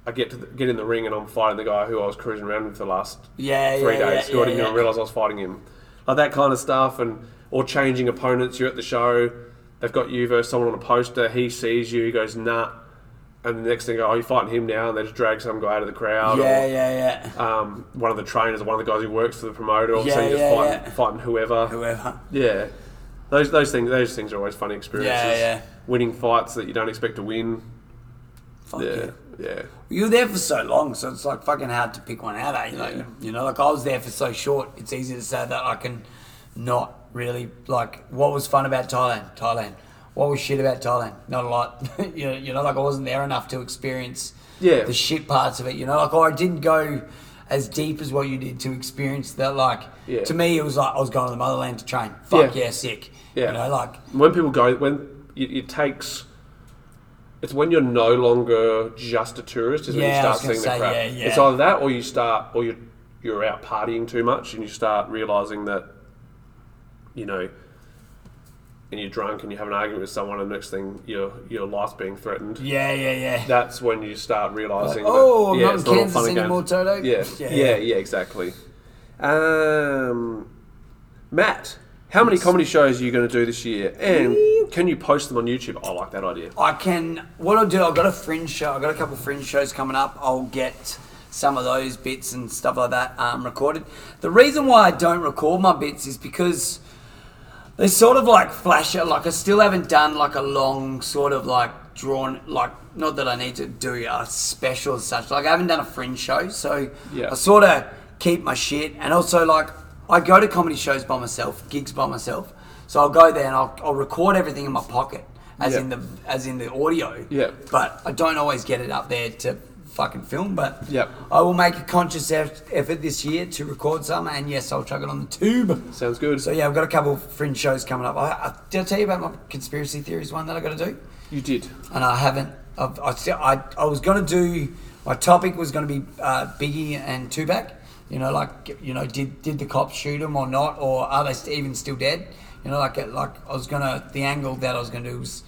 I get to the, get in the ring and I'm fighting the guy who I was cruising around with the last
Yeah,
three
yeah,
days.
yeah,
who I didn't
yeah,
even
yeah.
realize I was fighting him, like that kind of stuff, and or changing opponents. You're at the show, they've got you versus someone on a poster. He sees you, he goes nah, and the next thing, oh, you're fighting him now, and they just drag some guy out of the crowd. or-
Yeah, yeah, yeah.
um, one of the trainers, one of the guys who works for the promoter, or
Yeah,
saying
yeah,
just fighting,
yeah.
fighting whoever.
Whoever.
Yeah, those those things those things are always funny experiences.
Yeah, yeah.
Winning fights that you don't expect to win.
Fuck yeah.
Yeah, yeah,
You were there for so long, so it's like fucking hard to pick one out, eh? Like,
Yeah.
You know, like I was there for so short, it's easy to say that I can not really, like, what was fun about Thailand? Thailand. What was shit about Thailand? Not a lot. you, know, you know, like I wasn't there enough to experience
Yeah.
the shit parts of it. You know, like I didn't go as deep as what you did to experience that. Like,
Yeah.
to me, it was like I was going to the motherland to train. Fuck
Yeah.
yeah, sick.
yeah.
You know, like,
when people go when it, it takes. It's when you're no longer just a tourist is when
Yeah, I
you
was
start seeing
gonna
the crap.
say, yeah, yeah.
It's either that or you start or you're you're out partying too much and you start realizing that you know and you're drunk and you have an argument with someone and next thing your your life's being threatened.
yeah, yeah, yeah.
that's when you start realizing.
Like, "Oh, I'm
that, yeah,
not in
it's all
Kansas
fun and
anymore,
games."
Toto.
Yeah,
Yeah.
yeah, yeah, exactly. Um, Matt, how many comedy shows are you going to do this year? And can you post them on YouTube? I like that idea.
I can. What I'll do, I've got a fringe show. I've got a couple of fringe shows coming up. I'll get some of those bits and stuff like that um, recorded. The reason why I don't record my bits is because they're sort of like flasher. Like I still haven't done like a long sort of like drawn. Like not that I need to do a special as such. Like I haven't done a fringe show, so
Yeah.
I sort of keep my shit. And also like I go to comedy shows by myself, gigs by myself. So I'll go there and I'll, I'll record everything in my pocket, as
Yeah.
in the as in the audio.
Yeah.
But I don't always get it up there to fucking film. But
Yep.
I will make a conscious eff- effort this year to record some, and yes, I'll chuck it on the tube.
Sounds good.
So yeah, I've got a couple of fringe shows coming up. I, I, did I tell you about my conspiracy theories one that I got to do?
you did.
And I haven't. I've, I, still, I I was going to do. My topic was going to be uh, Biggie and Tupac. You know, like you know, did did the cops shoot them or not, or are they st- even still dead? You know, like like I was gonna. The angle that I was gonna do was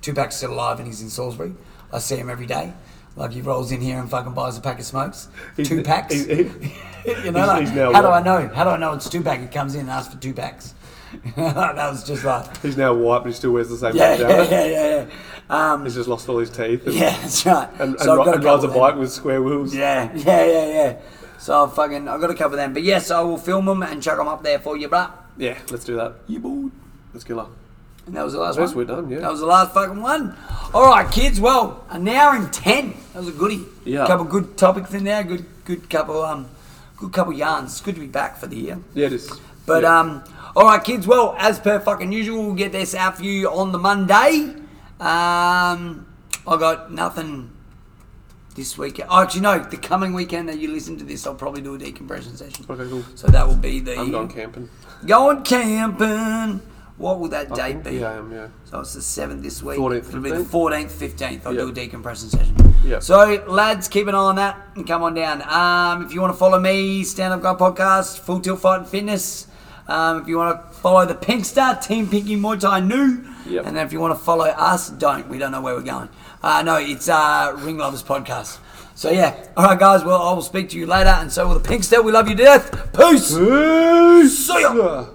Tupac's still alive and he's in Salisbury. I see him every day. Like he rolls in here and fucking buys a pack of smokes.
He's-
two packs.
he's- he-
you know,
he's-
like,
he's now
how do I
what?
know? How do I know it's two pack? He comes in and asks for two packs. that was just like,
He's now white, but he still wears the same
yeah, yeah,
bandana.
yeah, yeah, yeah. Um,
He's just lost all his teeth. And,
yeah, that's right.
and,
So I've got a
and, ri- and rides a
couple
bike
of them.
with square wheels.
Yeah, yeah, yeah, yeah. So I'll fucking, I've got a couple of them. But yes, I will film them and chuck them up there for you, bruh.
Yeah, let's do that.
You bored?
Let's kill her.
And that was the last
Yes,
one.
we're done, yeah.
That was the last fucking one. All right, kids. Well, an hour and ten. That was a goodie.
Yeah.
Couple good topics in there. Good, good couple. Um, good couple yarns. It's good to be back for the year.
Yeah, it is.
But
yeah.
um, all right, kids. Well, as per fucking usual, we'll get this out for you on the Monday. Um, I got nothing this weekend. Oh, actually, no, the coming weekend that you listen to this, I'll probably do a decompression session.
Okay, cool.
So that will be the
I'm going camping.
Going camping. What will that
I
date
think-
be?
Oh, Yeah, I am, yeah.
So it's the seventh this week.
14th,
It'll be the
15th?
fourteenth, fifteenth. I'll
Yeah.
do a decompression session.
Yeah.
So lads, keep an eye on that and come on down. Um, if you want to follow me, Stand Up Guy Podcast, Full Tilt Fight and Fitness. Um, if you want to follow the Pink Star Team Pinky Muay Thai New.
Yep.
And then if you want to follow us, don't. We don't know where we're going. Uh, no, it's uh, Ring Lovers Podcast. So yeah, all right, guys. Well, I will speak to you later, and so will the Pink Star. We love you to death. Peace.
Peace!
See ya.